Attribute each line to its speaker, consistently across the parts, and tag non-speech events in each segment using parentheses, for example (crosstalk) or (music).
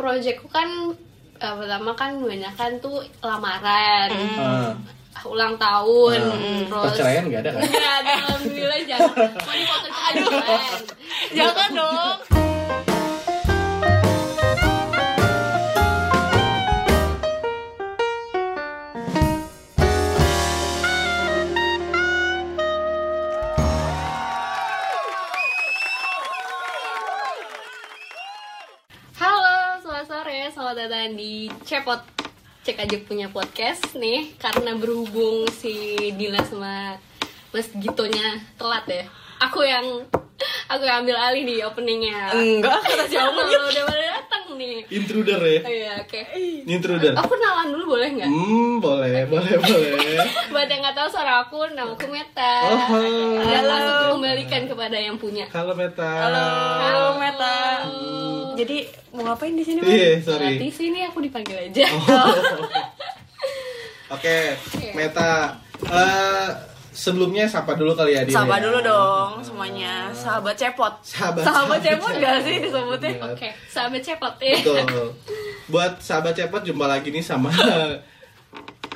Speaker 1: projectku kan eh, pertama kan kebanyakan tuh lamaran
Speaker 2: Ah,
Speaker 1: ulang tahun
Speaker 2: Hmm.
Speaker 1: terus (laughs)
Speaker 2: Perceraian nggak ada kan?
Speaker 1: Nggak ada, alhamdulillah jangan mau dipotong itu aduh keren.
Speaker 3: Jangan
Speaker 2: Iya.
Speaker 3: dong.
Speaker 1: halo selamat sore selamat datang di cepot cek aja punya podcast nih karena berhubung si Dila sama Mas Gitonya telat ya aku yang aku yang ambil alih di openingnya
Speaker 3: Enggak.
Speaker 1: kata jauh lo udah pada datang nih
Speaker 2: Intruder ya?
Speaker 1: Oh, iya oke
Speaker 2: Intruder.
Speaker 3: Oh.
Speaker 1: aku kenalan dulu boleh nggak
Speaker 2: Hmm, boleh, boleh, boleh.
Speaker 1: Buat yang nggak tahu suara aku, nama aku Meta.
Speaker 2: Oh, hai.
Speaker 1: Dan langsung kembalikan kepada yang punya.
Speaker 2: Halo Meta.
Speaker 3: Halo Meta. Jadi mau ngapain di sini? Bang?
Speaker 2: Iya,
Speaker 1: Di
Speaker 2: sorry.
Speaker 1: sini aku dipanggil aja.
Speaker 2: Oke, Meta. Eh, sebelumnya sapa dulu kali ya dia.
Speaker 3: Sapa
Speaker 2: ya.
Speaker 3: dulu dong semuanya. Sahabat cepot.
Speaker 2: Sahabat.
Speaker 3: Sahabat cepot gak sih disebutnya?
Speaker 1: Oke, sahabat cepot ya.
Speaker 2: Oh, iya. Betul. Buat sahabat cepot jumpa lagi nih sama (laughs)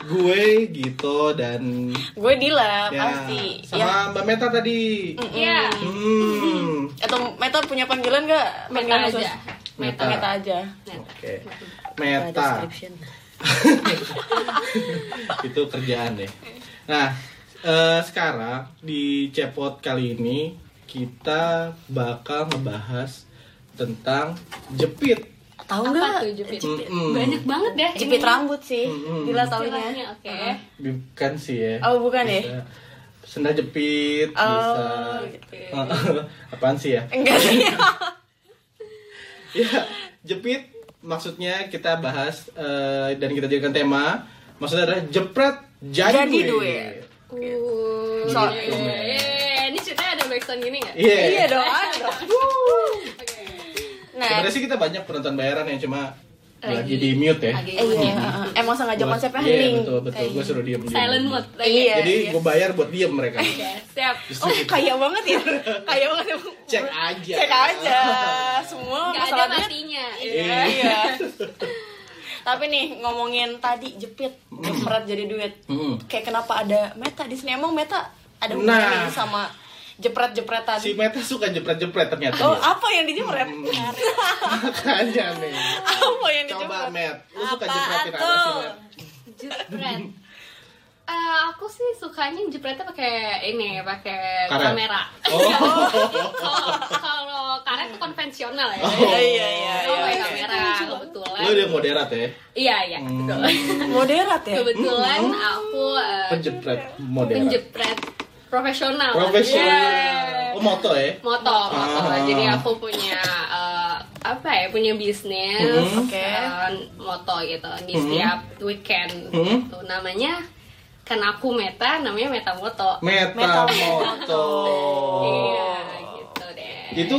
Speaker 2: gue Gito dan
Speaker 3: Gue Dila pasti.
Speaker 2: Iya. sama
Speaker 3: Ya. Mm.
Speaker 2: Mbak Meta tadi.
Speaker 1: Iya,
Speaker 2: Hmm.
Speaker 3: Atau Meta punya panggilan gak?
Speaker 1: Meta
Speaker 3: Panggilan khusus?
Speaker 1: aja. Nah,
Speaker 3: Meta. Meta aja.
Speaker 1: Meta.
Speaker 2: Oke. Meta.
Speaker 3: Description.
Speaker 2: itu kerjaan deh. Nah, eh, sekarang di cepot kali ini kita bakal ngebahas tentang jepit.
Speaker 3: Tahu
Speaker 1: Apa
Speaker 3: nggak?
Speaker 1: tuh jepit?
Speaker 2: Mm-mm.
Speaker 1: Banyak banget deh. ini
Speaker 3: Jepit Oh, rambut sih.
Speaker 2: Mm-mm.
Speaker 3: Dila
Speaker 1: istilahnya,
Speaker 3: taunya.
Speaker 1: Oke.
Speaker 2: Bukan sih ya.
Speaker 3: Oh bukan ya?
Speaker 2: Bisa. Sendal jepit
Speaker 3: Oh,
Speaker 2: bisa.
Speaker 3: gitu.
Speaker 2: (laughs) Apaan sih
Speaker 3: (laughs)
Speaker 2: ya?
Speaker 3: Enggak
Speaker 2: (laughs)
Speaker 3: sih.
Speaker 2: ya jepit maksudnya kita bahas eh, dan kita jadikan tema maksudnya adalah jepret jadi,
Speaker 3: Jadi
Speaker 2: duit.
Speaker 3: duit.
Speaker 1: Uh,
Speaker 2: So-
Speaker 1: yeay. iya. ini ceritanya ada backsound gini nggak?
Speaker 2: Iya.
Speaker 3: Iya dong. ada dong.
Speaker 1: Oke.
Speaker 3: Nah,
Speaker 2: Sebenarnya sih kita banyak penonton bayaran yang cuma
Speaker 1: Lagi-
Speaker 2: lagi di mute ya.
Speaker 1: Lagi-
Speaker 3: eh, iya. Emang sengaja
Speaker 2: Buat-
Speaker 3: konsepnya
Speaker 2: Iya,
Speaker 3: hening.
Speaker 2: betul betul. Gue suruh diem diem.
Speaker 1: Silent mode.
Speaker 3: Iya.
Speaker 2: Jadi gue bayar buat diem
Speaker 3: (laughs)
Speaker 2: mereka. gitu,
Speaker 1: Oke, siap.
Speaker 3: Oh, kaya banget
Speaker 2: (laughs)
Speaker 3: ya. Kaya banget ya.
Speaker 2: Cek aja.
Speaker 3: Cek aja.
Speaker 2: Iya.
Speaker 3: Semua
Speaker 1: Nggak
Speaker 3: Oh, masalah
Speaker 1: ada
Speaker 3: duit.
Speaker 1: matinya.
Speaker 3: Iya. iya. (laughs) Tapi nih ngomongin tadi jepit, jepret jadi duit.
Speaker 2: Mm-mm.
Speaker 3: Kayak kenapa ada meta di sini? Emang meta
Speaker 2: Nah.
Speaker 3: ada hubungannya nih sama jepret-jepretan?
Speaker 2: (laughs) Si Iya. Meta suka jepret jepret ternyata.
Speaker 3: Oh,
Speaker 2: dia.
Speaker 3: apa yang dijepret?
Speaker 2: (laughs) Makanya nih.
Speaker 3: (laughs) apa yang
Speaker 2: Coba
Speaker 3: dijepret?
Speaker 2: Met, lu suka
Speaker 3: Apaan
Speaker 2: jepretin apa sih
Speaker 3: tuh?
Speaker 2: Met?
Speaker 1: jepret (laughs) Eh, aku sih sukanya jepretnya pakai ini pakai
Speaker 2: Karet.
Speaker 1: kamera
Speaker 2: Oh,
Speaker 1: (laughs) kalau kalau karet itu konvensional ya
Speaker 2: Oh.
Speaker 3: Iya, iya, iya.
Speaker 1: Kalau
Speaker 3: iya.
Speaker 1: pakai kamera kebetulan
Speaker 2: lu udah Hmm. moderat ya?
Speaker 1: iya iya betul.
Speaker 3: Moderat ya?
Speaker 1: kebetulan aku eh,
Speaker 2: Penjepret moderat.
Speaker 1: penjepret profesional
Speaker 2: Profesional.
Speaker 1: Iya.
Speaker 2: Oh, moto ya?
Speaker 1: moto moto
Speaker 2: Ah.
Speaker 1: jadi aku punya eh, apa ya punya bisnis
Speaker 2: Hmm.
Speaker 3: Oke.
Speaker 1: eh, moto gitu di
Speaker 2: Hmm.
Speaker 1: setiap weekend
Speaker 2: Hmm.
Speaker 1: gitu. namanya kenaku meta namanya meta moto
Speaker 2: Meta
Speaker 3: (laughs)
Speaker 2: moto. Oh.
Speaker 1: iya gitu deh
Speaker 2: Itu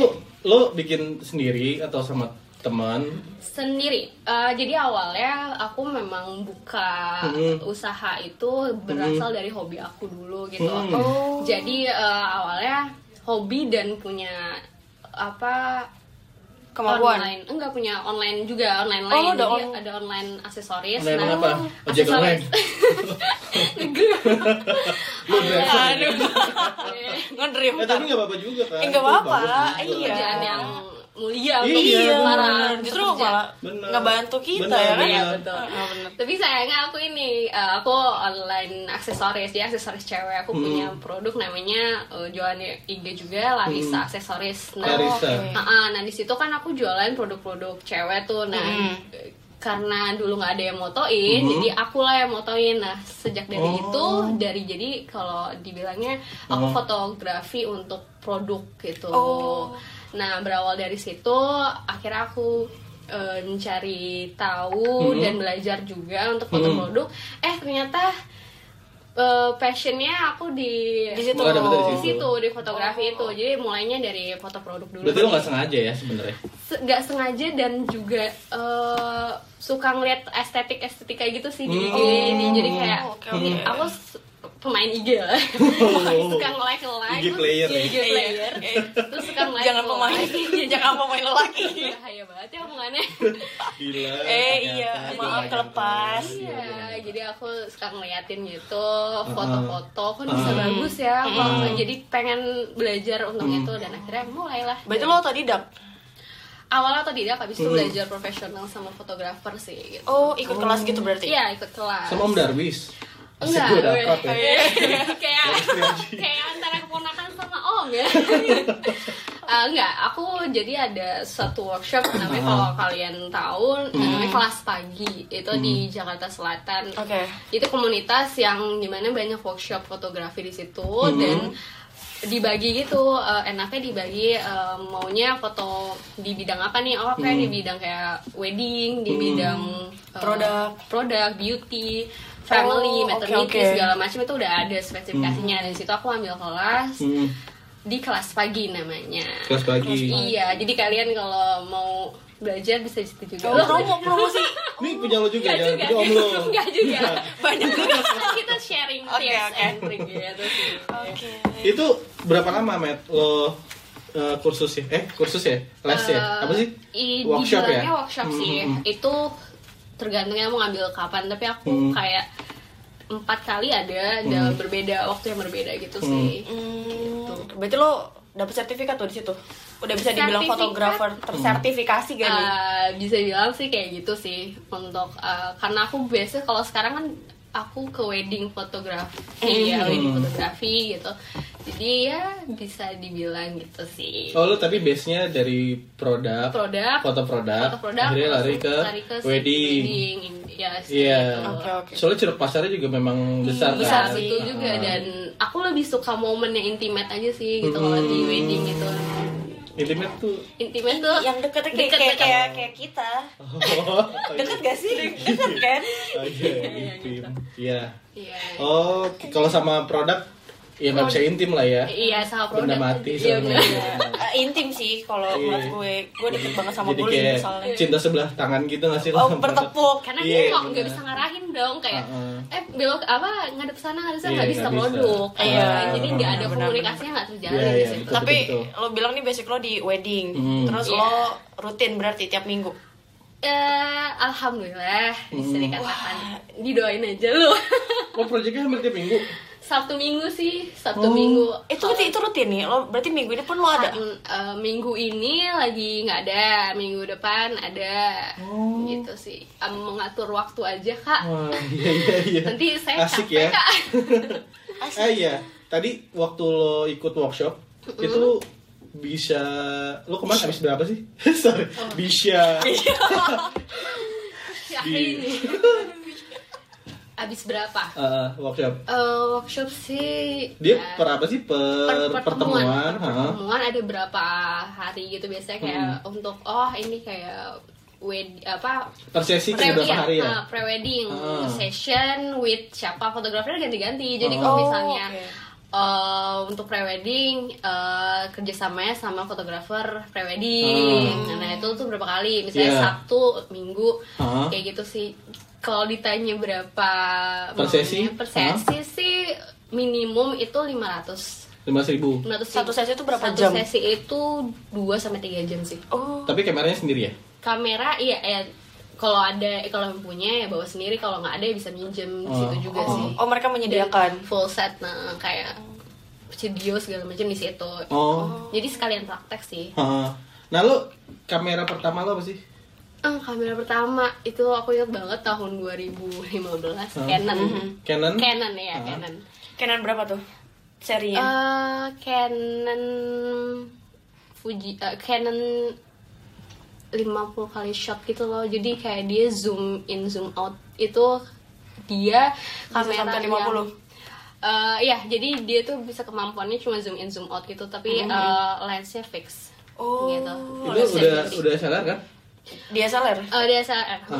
Speaker 2: lo bikin sendiri atau sama teman?
Speaker 1: sendiri Eh, jadi awalnya aku memang buka
Speaker 2: Hmm.
Speaker 1: usaha itu berasal dari hobi aku dulu gitu
Speaker 2: Hmm.
Speaker 3: Oh.
Speaker 1: jadi eh, awalnya hobi dan punya apa
Speaker 3: Kemampuan.
Speaker 1: online enggak punya online juga online
Speaker 3: Oh,
Speaker 1: lain
Speaker 3: ada
Speaker 1: jadi
Speaker 3: on-
Speaker 1: ada online aksesoris
Speaker 2: Online
Speaker 1: nah,
Speaker 2: apa? Ojek
Speaker 1: aksesoris. (laughs)
Speaker 2: online?
Speaker 1: Ngegelap.
Speaker 2: Lo driver
Speaker 1: Iya.
Speaker 2: ya?
Speaker 3: Aduh, ngedrift.
Speaker 2: Eh, tapi nggak apa-apa juga kan?
Speaker 3: Eh, nggak
Speaker 2: Itu
Speaker 3: apa-apa,
Speaker 2: bagus juga.
Speaker 3: iya.
Speaker 1: kerjaan yang mulia
Speaker 2: Iya,
Speaker 1: untuk
Speaker 2: Iya,
Speaker 1: para
Speaker 3: Bener. justru
Speaker 1: pekerja.
Speaker 3: malah
Speaker 2: Bener.
Speaker 3: ngebantu kita
Speaker 2: Bener,
Speaker 3: ya kan?
Speaker 2: bener.
Speaker 1: Iya, betul.
Speaker 3: Ah, bener.
Speaker 1: tapi sayangnya aku ini eh, aku online aksesoris dia aksesoris cewek aku punya
Speaker 2: Hmm.
Speaker 1: produk namanya eh, jualan di IG juga Larissa aksesoris nah
Speaker 2: Hmm. Larissa.
Speaker 3: Oke.
Speaker 1: Ah, ah, nah di situ kan aku jualan produk-produk cewek tuh nah
Speaker 3: Mm.
Speaker 1: eh, karena dulu nggak ada yang motoin jadi akulah yang motoin nah sejak dari
Speaker 2: Oh.
Speaker 1: itu dari jadi kalau dibilangnya aku
Speaker 2: Oh.
Speaker 1: fotografi untuk produk gitu
Speaker 3: Oh.
Speaker 1: nah berawal dari situ akhirnya aku eh, mencari tahu
Speaker 2: Hmm.
Speaker 1: dan belajar juga untuk foto
Speaker 2: Hmm.
Speaker 1: produk eh ternyata eh, passionnya aku di
Speaker 3: Di situ.
Speaker 2: Lo dapet dari
Speaker 1: di situ di fotografi
Speaker 3: Oh.
Speaker 1: itu jadi mulainya dari foto produk dulu
Speaker 2: Berarti lo nggak sengaja ya sebenarnya?
Speaker 1: Se- nggak sengaja dan juga eh, suka ngeliat estetik estetika gitu sih di
Speaker 2: Hmm.
Speaker 1: IG ini jadi kayak
Speaker 3: Oh, oke, oke.
Speaker 1: aku s- pemain IG lah
Speaker 2: (laughs)
Speaker 1: (laughs) suka like like
Speaker 2: IG player ya.
Speaker 1: IG player terus suka like
Speaker 3: Iya. jangan pemain
Speaker 1: (laughs)
Speaker 3: jangan pemain lelaki
Speaker 1: bahaya banget ya
Speaker 2: (laughs)
Speaker 1: hubungannya
Speaker 2: Gila.
Speaker 3: eh iya
Speaker 2: ternyata
Speaker 3: maaf
Speaker 2: kebanyakan.
Speaker 3: kelepas
Speaker 1: Iya, jadi aku suka ngeliatin gitu foto-foto kok bisa bagus ya kok jadi pengen belajar untuk
Speaker 2: Hmm.
Speaker 1: itu dan akhirnya mulailah
Speaker 3: berarti lo tadi dap
Speaker 1: awalnya atau tidak habis itu belajar profesional sama fotografer sih gitu
Speaker 3: oh ikut kelas gitu berarti
Speaker 1: iya ikut kelas
Speaker 2: Sama Om Darwis. Pasti
Speaker 1: Enggak,
Speaker 2: gue
Speaker 1: gue-
Speaker 2: dapat ya.
Speaker 1: Iya. (laughs) kayak (laughs) kayak antara keponakan sama om ya. Eh, enggak, aku jadi ada satu workshop namanya kalau kalian tahu namanya kelas pagi itu di Jakarta Selatan.
Speaker 3: Oke.
Speaker 1: Itu komunitas yang dimana banyak workshop fotografi di situ dan dibagi gitu eh, enaknya dibagi eh, maunya foto di bidang apa nih oh kayak di bidang kayak wedding di bidang eh,
Speaker 3: Produk.
Speaker 1: produk beauty family
Speaker 3: Oh, oke,
Speaker 1: maternity
Speaker 3: oke.
Speaker 1: segala macam itu udah ada spesifikasinya dan situ aku ambil kelas
Speaker 2: Hmm,
Speaker 1: di kelas pagi namanya
Speaker 2: kelas pagi.
Speaker 1: iya jadi kalian kalau mau belajar bisa di situ juga
Speaker 3: lo promo promosi
Speaker 2: Ini punya lo Oh, juga
Speaker 1: Enggak
Speaker 2: jangan
Speaker 1: juga,
Speaker 2: punya om lo.
Speaker 1: (laughs) enggak juga.
Speaker 3: banyak juga
Speaker 1: (laughs) kita sharing
Speaker 3: Oke,
Speaker 1: tips
Speaker 3: oke.
Speaker 1: and trick gitu sih.
Speaker 3: oke
Speaker 2: Itu berapa lama, Matt? Lo eh, kursus ya? Eh, kursus ya? Les ya?
Speaker 1: Eh,
Speaker 2: Apa sih?
Speaker 1: i-
Speaker 2: Workshop ya?
Speaker 1: dibilangnya workshop sih.
Speaker 2: Hmm,
Speaker 1: Itu tergantungnya mau ngambil kapan, tapi aku
Speaker 2: Hmm.
Speaker 1: kayak empat kali ada dalam berbeda waktu yang berbeda gitu sih.
Speaker 3: Hmm, berarti lo dapet sertifikat tuh di situ udah bisa dibilang
Speaker 1: Sertifikat.
Speaker 3: fotografer tersertifikasi
Speaker 2: Iya
Speaker 3: gak nih
Speaker 1: Eh, bisa bilang sih kayak gitu sih untuk eh, karena aku biasanya kalau sekarang kan aku ke wedding fotografi
Speaker 2: Hmm.
Speaker 1: ya wedding fotografi gitu jadi ya bisa dibilang gitu sih
Speaker 2: Oh, lo tapi base-nya dari produk,
Speaker 1: produk
Speaker 2: foto produk,
Speaker 1: foto produk
Speaker 2: akhirnya lari
Speaker 1: langsung
Speaker 2: ke,
Speaker 1: si
Speaker 2: wedding.
Speaker 1: ya
Speaker 2: Iya.
Speaker 1: gitu.
Speaker 3: oke oke
Speaker 2: Soalnya ceruk pasarnya juga memang besar
Speaker 1: Iya,
Speaker 2: kan?
Speaker 1: betul juga
Speaker 2: Ah.
Speaker 1: dan aku lebih suka momen yang intimate aja sih gitu kalau
Speaker 2: Hmm.
Speaker 1: di wedding itu
Speaker 2: Intimate tuh.
Speaker 1: intimate tuh
Speaker 3: yang deket kayak
Speaker 1: Deket,
Speaker 3: kayak
Speaker 1: deket.
Speaker 3: kayak, kayak kita deket gak sih deket kan
Speaker 2: Oh, iya,
Speaker 1: gitu.
Speaker 2: intim. Iya.
Speaker 1: iya
Speaker 2: Oh, kalau sama produk ya nggak bisa intim lah ya.
Speaker 1: iya sama produk
Speaker 2: Benda mati
Speaker 1: Iya,
Speaker 2: sama.
Speaker 1: bener.
Speaker 3: Eh, intim sih kalau
Speaker 2: Iya.
Speaker 3: menurut gue gue deket banget sama
Speaker 2: Jadi
Speaker 3: bullying
Speaker 2: kayak
Speaker 3: misalnya
Speaker 2: cinta sebelah tangan gitu nggak sih? lo
Speaker 3: oh
Speaker 2: sama produk?
Speaker 3: bertepuk
Speaker 1: karena
Speaker 2: Iya,
Speaker 1: dia nggak nggak
Speaker 2: bener.
Speaker 1: bisa ngarahin dong kayak
Speaker 2: Heeh.
Speaker 1: eh belok apa ngadep sana ngadep sana
Speaker 2: Iya,
Speaker 1: nggak bisa
Speaker 2: nggak bisa.
Speaker 1: produk
Speaker 3: Iya,
Speaker 1: Kayak, jadi nggak ada
Speaker 3: benar-benar.
Speaker 1: komunikasinya nggak gitu terjalin
Speaker 2: Iya,
Speaker 1: di
Speaker 2: iya,
Speaker 1: situ
Speaker 2: betul.
Speaker 3: tapi lo bilang nih basic lo di wedding
Speaker 2: Hmm.
Speaker 3: terus
Speaker 1: Iya.
Speaker 3: lo rutin berarti tiap minggu
Speaker 1: Eh, alhamdulillah
Speaker 2: Hmm.
Speaker 1: bisa dikatakan didoain aja lu (laughs)
Speaker 2: Oh, proyeknya hampir tiap minggu.
Speaker 1: sabtu minggu sih sabtu
Speaker 2: Oh.
Speaker 1: minggu
Speaker 3: itu berarti itu rutin nih lo berarti minggu depan lo Eh, ada
Speaker 1: Kan, eh, minggu ini lagi nggak ada minggu depan ada
Speaker 2: Oh.
Speaker 1: gitu sih Em, mengatur waktu aja kak
Speaker 2: Wah, iya iya iya.
Speaker 1: Ah. nanti saya
Speaker 2: Asik
Speaker 1: capek
Speaker 2: ya.
Speaker 1: kak (laughs)
Speaker 2: Eh iya, tadi waktu lo ikut workshop itu lo bisa lo kemarin habis berapa sih? (laughs) Sorry, bisa.
Speaker 1: siapa
Speaker 2: Di- (laughs)
Speaker 1: ini abis berapa
Speaker 2: Eh, workshop.
Speaker 1: Eh, workshop sih
Speaker 2: Dia
Speaker 1: ya,
Speaker 2: per apa sih? Per,
Speaker 1: per-
Speaker 2: pertemuan.
Speaker 1: per-
Speaker 2: ha? Hmm.
Speaker 1: pertemuan ada berapa hari gitu biasanya kayak untuk oh ini kayak wed apa
Speaker 2: Per sesi
Speaker 1: pre
Speaker 2: berapa hari ya?
Speaker 1: pre wedding
Speaker 2: Ah.
Speaker 1: session with siapa fotografernya ganti-ganti jadi kalau
Speaker 2: Oh,
Speaker 1: misalnya
Speaker 3: oke.
Speaker 1: eh, untuk pre wedding kerjasamanya sama fotografer pre wedding nah itu tuh berapa kali misalnya
Speaker 2: Ah. Iya.
Speaker 1: sabtu minggu
Speaker 2: Ah.
Speaker 1: kayak gitu sih kalau ditanya berapa
Speaker 2: Per sesi?
Speaker 1: maunya, per sesi sih minimum itu 500
Speaker 2: Lima ribu.
Speaker 1: 500
Speaker 3: Satu
Speaker 1: ribu.
Speaker 3: sesi itu berapa
Speaker 1: Satu
Speaker 3: jam?
Speaker 1: sesi itu 2 sampai 3 jam sih.
Speaker 3: oh
Speaker 2: Tapi kameranya sendiri ya?
Speaker 1: Kamera iya eh, kalau ada eh, kalau yang punya ya bawa sendiri, kalau nggak ada ya bisa minjem di situ juga
Speaker 3: oh,
Speaker 1: sih.
Speaker 3: oh, mereka menyediakan
Speaker 1: Full set nah kayak studio segala macam di situ.
Speaker 2: Oh.
Speaker 1: Jadi sekalian praktek sih.
Speaker 2: Ha. Nah lo kamera pertama lo apa sih?
Speaker 1: Eh, kamera pertama itu aku ingat banget tahun 2015
Speaker 3: Oh.
Speaker 1: Canon.
Speaker 3: Mm-hmm.
Speaker 2: Canon.
Speaker 1: Canon ya, Canon.
Speaker 3: Canon berapa tuh serinya
Speaker 1: Eh, Canon Fuji eh, Canon 50 kali shot gitu loh. Jadi kayak dia zoom in zoom out itu dia kamera
Speaker 3: sampai
Speaker 1: yang-
Speaker 3: 50?
Speaker 1: Eh, iya, jadi dia tuh bisa kemampuannya cuma zoom in zoom out gitu, tapi eh, lensnya fix.
Speaker 3: Hmm. Oh.
Speaker 1: Gitu.
Speaker 2: Itu udah udah salah kan?
Speaker 3: dia seller
Speaker 1: Eh, dia saat
Speaker 2: Ha.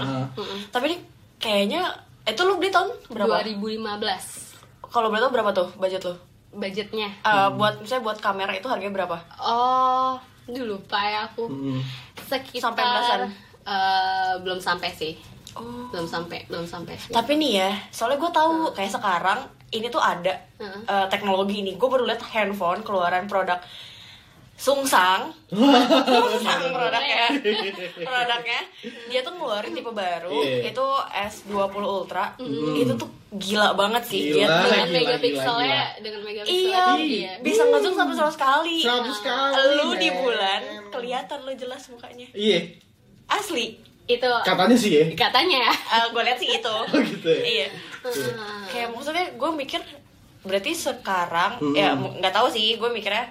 Speaker 3: tapi ini kayaknya eh, itu lo beli tahun berapa
Speaker 1: 2015
Speaker 3: kalau berarti berapa tuh budget lo
Speaker 1: budgetnya.
Speaker 3: Eh, buat misalnya buat kamera itu harganya berapa
Speaker 1: Oh, dulu lupa ya aku.
Speaker 2: Mm-mm.
Speaker 1: Sekitar
Speaker 3: Sampai belasan?
Speaker 1: eh, belum sampai sih.
Speaker 3: oh
Speaker 1: belum sampai belum sampai sih.
Speaker 2: Hmm.
Speaker 3: tapi nih ya soalnya gue tahu kayak sekarang ini tuh ada
Speaker 1: Heeh.
Speaker 3: eh, teknologi ini gue baru lihat handphone keluaran produk
Speaker 2: (laughs)
Speaker 3: sungsang sungsang produknya produknya dia tuh ngeluarin tipe baru
Speaker 2: Iya. Hmm.
Speaker 3: itu S20 Ultra itu tuh gila banget sih dia
Speaker 2: Gila.
Speaker 3: tuh
Speaker 1: dengan
Speaker 2: gila,
Speaker 1: megapikselnya
Speaker 2: gila.
Speaker 1: dengan megapikselnya
Speaker 3: iya
Speaker 1: tinggi ya.
Speaker 3: bisa ngezoom sampai 100 kali
Speaker 2: Seratus kali.
Speaker 3: Iya. lu di
Speaker 2: men.
Speaker 3: bulan kelihatan lu jelas mukanya
Speaker 2: Iya,
Speaker 3: asli
Speaker 1: itu
Speaker 2: katanya sih ya.
Speaker 1: katanya ya
Speaker 3: gue lihat sih itu
Speaker 2: gitu ya?
Speaker 3: iya
Speaker 1: Heeh.
Speaker 3: kayak maksudnya gue mikir berarti sekarang
Speaker 2: Hmm.
Speaker 3: ya mu- nggak tahu sih gue mikirnya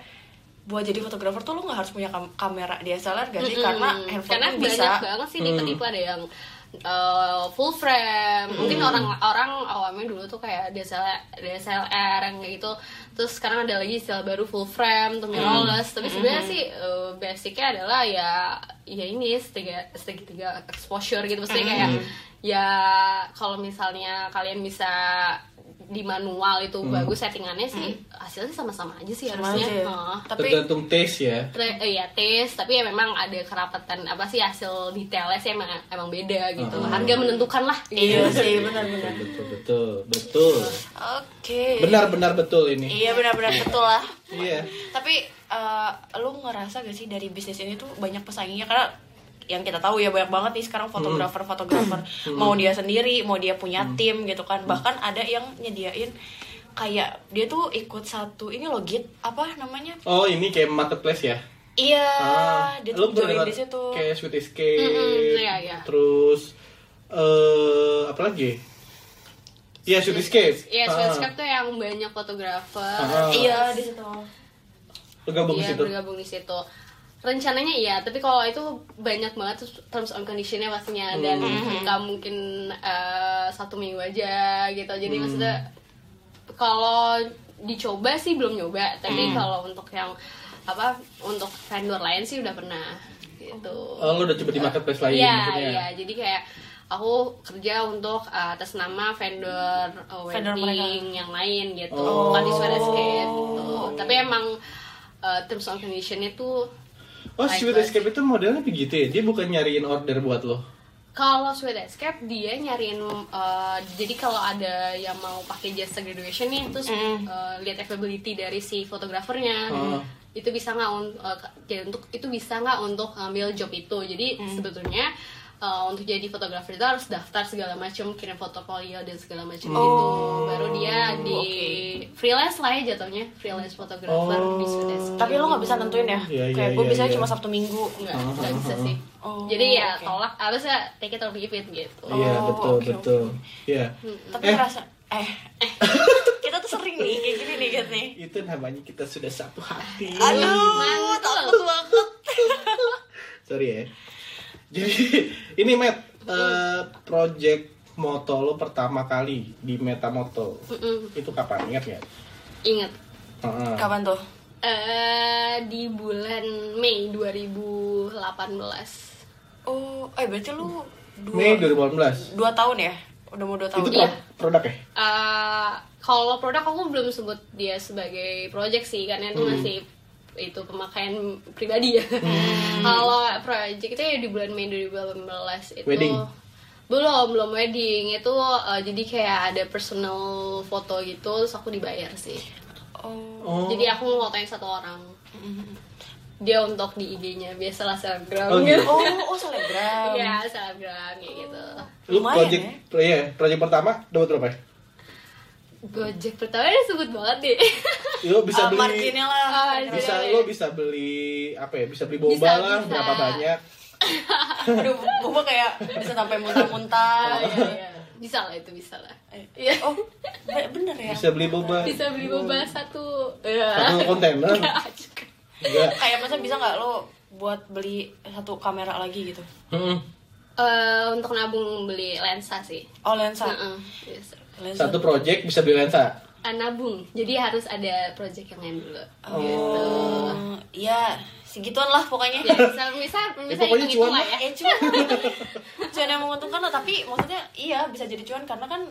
Speaker 3: buat jadi fotografer tuh lu nggak harus punya kam- kamera DSLR gak sih karena
Speaker 1: Mm-mm.
Speaker 3: handphone
Speaker 1: Karena
Speaker 3: lu
Speaker 1: banyak
Speaker 3: bisa Mm.
Speaker 1: banget sih tipe-tipe ada yang uh, full frame mungkin orang-orang awalnya dulu tuh kayak DSLR DSLR yang kayak gitu terus sekarang ada lagi istilah baru full frame atau mirrorless tapi sebenarnya sih uh, basicnya adalah ya ya ini segitiga segitiga exposure gitu maksudnya kayak ya kalau misalnya kalian bisa di manual itu bagus settingannya sih hasilnya sama-sama aja sih
Speaker 3: Mm. Sama
Speaker 1: harusnya
Speaker 3: aja ya.
Speaker 1: Heeh
Speaker 3: tapi
Speaker 2: Tergantung taste ya.
Speaker 1: tre- eh, ya tes tapi ya memang ada kerapatan apa sih hasil detailnya sih emang emang beda gitu
Speaker 2: Oh.
Speaker 1: harga menentukan lah
Speaker 3: iya sih benar-benar
Speaker 2: Betul, betul, betul.
Speaker 3: oke
Speaker 2: Benar-benar betul ini.
Speaker 3: iya
Speaker 1: (laughs)
Speaker 3: benar-benar betul lah
Speaker 2: Iya.
Speaker 3: tapi eh, lu ngerasa gak sih dari bisnis ini tuh banyak pesaingnya karena yang kita tahu ya banyak banget nih sekarang fotografer fotografer mau dia sendiri mau dia punya tim gitu kan bahkan ada yang nyediain kayak dia tuh ikut satu ini loh git apa namanya
Speaker 2: Oh, ini kayak marketplace ya?
Speaker 3: iya
Speaker 2: Ah,
Speaker 3: dia
Speaker 2: lu
Speaker 3: tuh join
Speaker 2: beneran
Speaker 3: di situ
Speaker 2: Kayak Sweet Escape.
Speaker 1: Mm-mm, iya, iya.
Speaker 2: Terus eh apa lagi? Iya, Sweet Escape.
Speaker 1: ya
Speaker 2: Ah,
Speaker 1: Swisscape tuh yang banyak fotografer
Speaker 2: Ah.
Speaker 3: iya di situ
Speaker 2: Lu gabung
Speaker 1: Iya,
Speaker 2: ke situ.
Speaker 1: bergabung di situ. Rencananya iya, tapi kalau itu banyak banget terus terms and conditionnya pastinya
Speaker 2: Hmm.
Speaker 1: dan nggak mungkin eh, satu minggu aja gitu. Jadi
Speaker 2: Hmm.
Speaker 1: maksudnya kalau dicoba sih belum nyoba, tapi
Speaker 2: Hmm.
Speaker 1: kalau untuk yang apa untuk vendor lain sih udah pernah gitu.
Speaker 2: Oh, lu udah coba di marketplace lain
Speaker 1: Iya,
Speaker 2: maksudnya.
Speaker 1: iya. Jadi kayak aku kerja untuk uh, atas nama vendor uh,
Speaker 3: Vendor
Speaker 1: wedding yang lain gitu.
Speaker 2: Oh.
Speaker 1: Bukan di Swedaskate gitu. Tapi emang uh, terms and conditionnya tuh
Speaker 2: Oh, Sweet
Speaker 1: Baik,
Speaker 2: Escape itu modelnya begitu ya? Dia bukan nyariin order buat lo.
Speaker 1: kalau Swedaskate dia nyariin uh, jadi kalau ada yang mau pakai jasa graduation nih terus
Speaker 3: Mm.
Speaker 1: uh, lihat availability dari si fotografernya.
Speaker 2: Oh.
Speaker 1: itu bisa nggak un- eh, ke- jadi untuk itu bisa nggak untuk ngambil job itu jadi
Speaker 3: Mm.
Speaker 1: sebetulnya eh, untuk jadi fotografer itu harus daftar segala macam kirim portofolio dan segala macam
Speaker 3: Oh,
Speaker 1: gitu baru dia di freelance lah ya jatuhnya freelance fotografer di Sudes
Speaker 3: tapi lo nggak bisa nentuin ya
Speaker 2: Iya, iya,
Speaker 3: kayak gue
Speaker 2: iya,
Speaker 3: bisa
Speaker 2: iya.
Speaker 3: cuma sabtu minggu
Speaker 1: nggak nggak bisa sih
Speaker 3: Oh,
Speaker 1: jadi ya
Speaker 3: oke.
Speaker 1: tolak apa sih take it or leave it gitu
Speaker 2: Iya,
Speaker 3: Oh,
Speaker 2: betul,
Speaker 3: oke,
Speaker 2: betul. Iya.
Speaker 3: tapi
Speaker 2: Eh.
Speaker 3: ngerasa eh
Speaker 2: (laughs)
Speaker 3: eh. kita tuh sering nih kayak gini nih Git nih
Speaker 2: Itu namanya kita sudah satu hati.
Speaker 3: aduh takut banget
Speaker 2: Sorry ya. Jadi (laughs) ini Matt, eh, project moto lo pertama kali di Metamoto
Speaker 1: Mm-mm.
Speaker 2: itu kapan ingat nggak?
Speaker 1: ingat
Speaker 2: Heeh.
Speaker 3: kapan tuh
Speaker 1: eh di bulan Mei 2018
Speaker 3: Oh, eh berarti lu dua,
Speaker 2: Mei 2018.
Speaker 3: dua tahun ya? Udah mau dua tahun.
Speaker 2: Itu
Speaker 1: Iya.
Speaker 2: pro- produk ya?
Speaker 1: Eh, kalau produk aku belum sebut dia sebagai project sih karena itu masih itu pemakaian pribadi ya. Kalau project itu ya di bulan Mei 2018 itu
Speaker 2: Wedding?
Speaker 1: belum belum wedding itu eh, jadi kayak ada personal foto gitu terus aku dibayar sih.
Speaker 3: Oh.
Speaker 2: Oh.
Speaker 1: Jadi ya, aku ngotain satu orang. Mm-hmm. Dia untuk di IG-nya biasalah selebgram.
Speaker 2: Oh, gitu.
Speaker 1: (laughs)
Speaker 3: Oh, oh selebgram.
Speaker 1: Iya, selebgram kayak gitu.
Speaker 2: Lu
Speaker 3: lumayan
Speaker 2: project
Speaker 3: ya.
Speaker 2: pro- iya, project pertama dapat berapa? ya?
Speaker 1: Gojek pertama disebut banget (laughs) deh.
Speaker 2: Lo bisa
Speaker 3: Ah,
Speaker 2: beli
Speaker 3: marginnya lah.
Speaker 1: Ah,
Speaker 2: bisa
Speaker 1: iya, iya.
Speaker 2: lo bisa beli apa ya? Bisa beli boba
Speaker 1: Bisa,
Speaker 2: lah
Speaker 1: bisa.
Speaker 2: berapa banyak?
Speaker 3: Aduh, gue kayak bisa sampai muntah-muntah.
Speaker 1: Iya, iya. bisa lah itu bisa lah
Speaker 3: Iya. Oh, be- bener ya?
Speaker 2: Bisa beli boba.
Speaker 1: bisa beli boba satu ya
Speaker 2: Satu kontainer. Enggak.
Speaker 3: Kayak masa bisa nggak lo buat beli satu kamera lagi gitu?
Speaker 2: Heeh.
Speaker 1: (laughs) Eh, untuk nabung beli lensa sih
Speaker 3: Oh, lensa.
Speaker 1: Heeh, biasa.
Speaker 3: Lensa.
Speaker 2: Satu project bisa beli lensa.
Speaker 1: Ah, nabung jadi harus ada project yang lain dulu Gitu.
Speaker 3: Oh, iya, segituan lah pokoknya. (laughs)
Speaker 1: ya bisa bisa
Speaker 2: Ya,
Speaker 1: bisa
Speaker 2: pokoknya
Speaker 1: hitung hitung
Speaker 2: cuan
Speaker 1: lah ya
Speaker 3: Eh, cuan. (laughs) cuan yang menguntungkan lah, tapi maksudnya iya bisa jadi cuan karena kan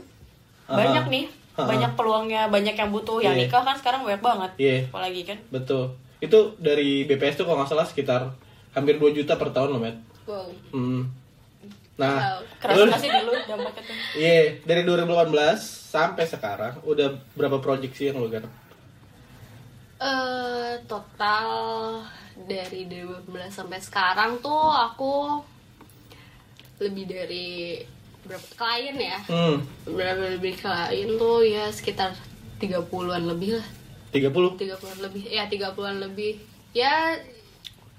Speaker 2: Ah.
Speaker 3: banyak nih,
Speaker 2: Ah.
Speaker 3: banyak peluangnya, banyak yang butuh. Yang
Speaker 2: Iya.
Speaker 3: nikah kan sekarang banyak banget.
Speaker 2: Iya.
Speaker 3: Apalagi kan
Speaker 2: Betul. Itu
Speaker 1: ya.
Speaker 2: dari BPS tuh kalau nggak salah sekitar hampir 2 juta per tahun loh, Matt.
Speaker 1: wow
Speaker 2: Hmm. Nah,
Speaker 3: keras
Speaker 2: lu-
Speaker 3: kasih dulu dampaknya tuh
Speaker 2: Iya, dari 2018 sampai sekarang udah berapa project sih yang lo garap?
Speaker 1: Eh, total dari 2012 sampai sekarang tuh aku lebih dari berapa klien ya
Speaker 2: Hmm,
Speaker 1: berapa lebih klien tuh ya sekitar 30-an lebih lah
Speaker 2: 30.
Speaker 1: 30-an lebih ya 30-an lebih ya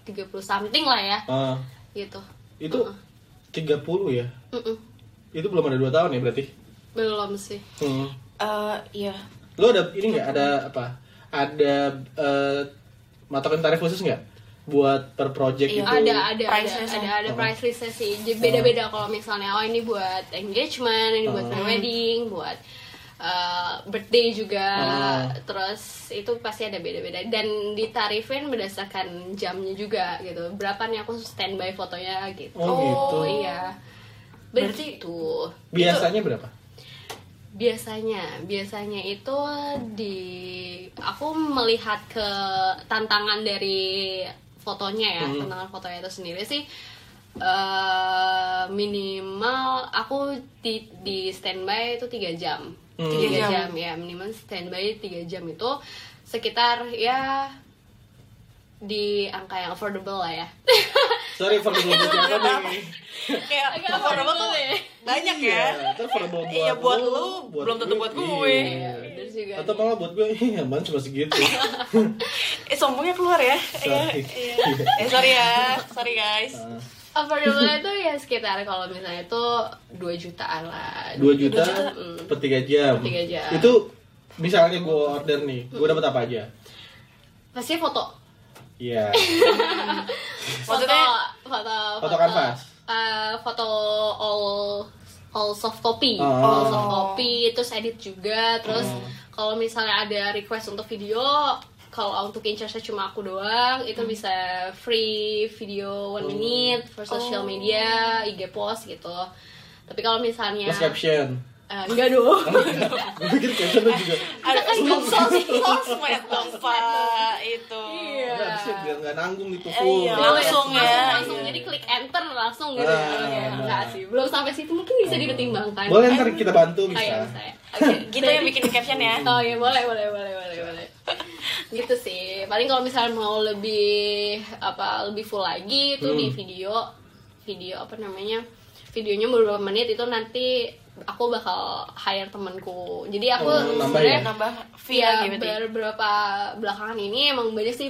Speaker 1: 30 something lah ya
Speaker 2: Ah,
Speaker 1: gitu
Speaker 2: itu 30 ya.
Speaker 1: Mm-mm.
Speaker 2: Itu belum ada 2 tahun ya berarti.
Speaker 1: belum sih
Speaker 2: Hmm.
Speaker 3: Eh,
Speaker 1: (laughs)
Speaker 3: iya
Speaker 2: Lo ada ini nggak ada apa? Ada eh, matokin tarif khusus nggak buat per project
Speaker 3: Iya.
Speaker 2: itu?
Speaker 1: ada ada
Speaker 3: price
Speaker 1: ada,
Speaker 3: listnya. Hmm.
Speaker 1: ada ada price listnya sih Jadi beda-beda kalau misalnya oh ini buat engagement ini
Speaker 3: Hmm.
Speaker 1: buat wedding buat uh, birthday juga
Speaker 3: Hmm.
Speaker 2: Oh.
Speaker 1: terus itu pasti ada beda-beda dan ditarifin berdasarkan jamnya juga gitu berapa nih aku standby fotonya gitu
Speaker 2: Oh, gitu.
Speaker 1: Oh, iya
Speaker 3: Berarti-
Speaker 1: begitu
Speaker 2: Biasanya berapa?
Speaker 1: biasanya biasanya itu di aku melihat ke tantangan dari fotonya ya
Speaker 2: Hmm.
Speaker 1: tantangan fotonya itu sendiri sih eh, minimal aku di di standby itu tiga jam
Speaker 2: Hmm.
Speaker 1: tiga
Speaker 3: Tiga jam.
Speaker 1: jam. ya minimal standby tiga jam itu sekitar ya di angka yang affordable lah ya
Speaker 2: Sorry for the global apa nih?
Speaker 3: kayak
Speaker 1: Agak
Speaker 3: affordable tuh
Speaker 1: affordable ya.
Speaker 3: banyak
Speaker 2: Iya,
Speaker 3: ya
Speaker 2: terus affordable buat
Speaker 3: Iya, buat
Speaker 2: lo,
Speaker 3: lu, belum tentu buat gue.
Speaker 1: (laughs)
Speaker 2: Iya.
Speaker 1: Bener juga
Speaker 2: Atau malah buat gue, iya, apaan cuma
Speaker 3: (laughs)
Speaker 2: segitu.
Speaker 3: eh sombongnya keluar ya Iya,
Speaker 2: Sorry.
Speaker 3: iya. eh sorry ya sorry guys
Speaker 2: Ah.
Speaker 1: affordable
Speaker 2: (laughs)
Speaker 1: itu ya sekitar kalau misalnya itu 2 jutaan lah
Speaker 2: 2 juta,
Speaker 1: juta. mm.
Speaker 2: per 3 jam.
Speaker 1: Per tiga jam.
Speaker 2: Itu misalnya gue order nih, gue dapat apa aja?
Speaker 1: pasti foto
Speaker 2: Iya.
Speaker 1: foto
Speaker 3: Maksudnya-
Speaker 1: foto
Speaker 2: Foto kanvas?
Speaker 1: eh, foto all all soft copy
Speaker 2: Oh.
Speaker 1: all soft copy terus edit juga terus kalau misalnya ada request untuk video kalau untuk interestnya cuma aku doang itu
Speaker 3: Hmm.
Speaker 1: bisa free video
Speaker 2: Oh.
Speaker 1: one minute for
Speaker 3: Oh.
Speaker 1: social media IG post gitu tapi kalau misalnya
Speaker 3: Iya.
Speaker 2: Plus caption.
Speaker 3: (laughs)
Speaker 1: Eh, enggak dong
Speaker 2: Gue pikir caption lu juga.
Speaker 3: ada sos sosmed dong pak itu
Speaker 1: Iya.
Speaker 2: Nah, harusnya biar nggak nanggung di tubuh.
Speaker 3: Iya, langsung
Speaker 1: langsung
Speaker 3: ya.
Speaker 1: langsung
Speaker 2: Iya.
Speaker 1: jadi klik enter langsung gitu
Speaker 2: Ah,
Speaker 1: ya. enggak
Speaker 2: nah.
Speaker 1: sih belum sampai situ mungkin bisa dipertimbangkan
Speaker 2: Boleh ntar kita
Speaker 1: oh,
Speaker 2: bantu
Speaker 1: ya,
Speaker 2: bisa.
Speaker 1: bisa ya. (laughs)
Speaker 3: gitu yang bikin caption ya
Speaker 1: oh ya boleh boleh boleh boleh boleh (laughs) gitu sih paling kalau misalnya mau lebih apa lebih full lagi itu di video video apa namanya videonya beberapa menit itu nanti aku bakal hire temanku jadi aku
Speaker 2: Oh, nambah
Speaker 1: sebenarnya
Speaker 2: ya?
Speaker 3: nambah via
Speaker 1: Iya,
Speaker 3: gitu
Speaker 1: beberapa belakangan ini emang banyak sih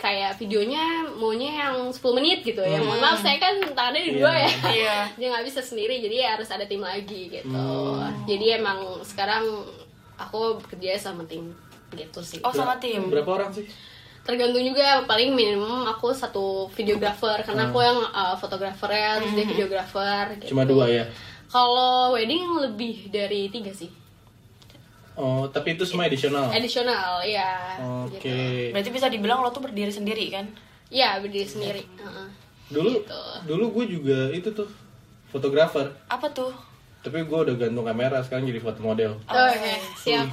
Speaker 1: kayak videonya maunya yang 10 menit gitu ya. Mohon maaf saya kan tangannya di dua
Speaker 2: Iya.
Speaker 1: ya.
Speaker 3: Hmm. Iya.
Speaker 1: (laughs) Dia nggak bisa sendiri jadi ya harus ada tim lagi gitu.
Speaker 2: Hmm.
Speaker 1: Jadi emang sekarang aku bekerja sama tim gitu sih.
Speaker 3: oh sama tim
Speaker 2: Berapa orang sih?
Speaker 1: Tergantung juga paling minimum aku satu videografer karena aku yang uh, fotografernya terus dia
Speaker 3: Hmm.
Speaker 1: videografer gitu.
Speaker 2: Hmm. Cuma dua ya.
Speaker 1: Kalau wedding lebih dari tiga sih.
Speaker 2: Oh, tapi itu semua additional.
Speaker 1: Additional ya.
Speaker 2: Oh. Oke.
Speaker 1: gitu.
Speaker 3: berarti bisa dibilang lo tuh berdiri sendiri kan
Speaker 1: Iya berdiri sendiri. Heeh.
Speaker 2: Dulu
Speaker 1: Gitu.
Speaker 2: dulu gue juga itu tuh fotografer.
Speaker 3: apa tuh
Speaker 2: Tapi gue udah gantung kamera sekarang jadi foto model.
Speaker 1: Oke siap.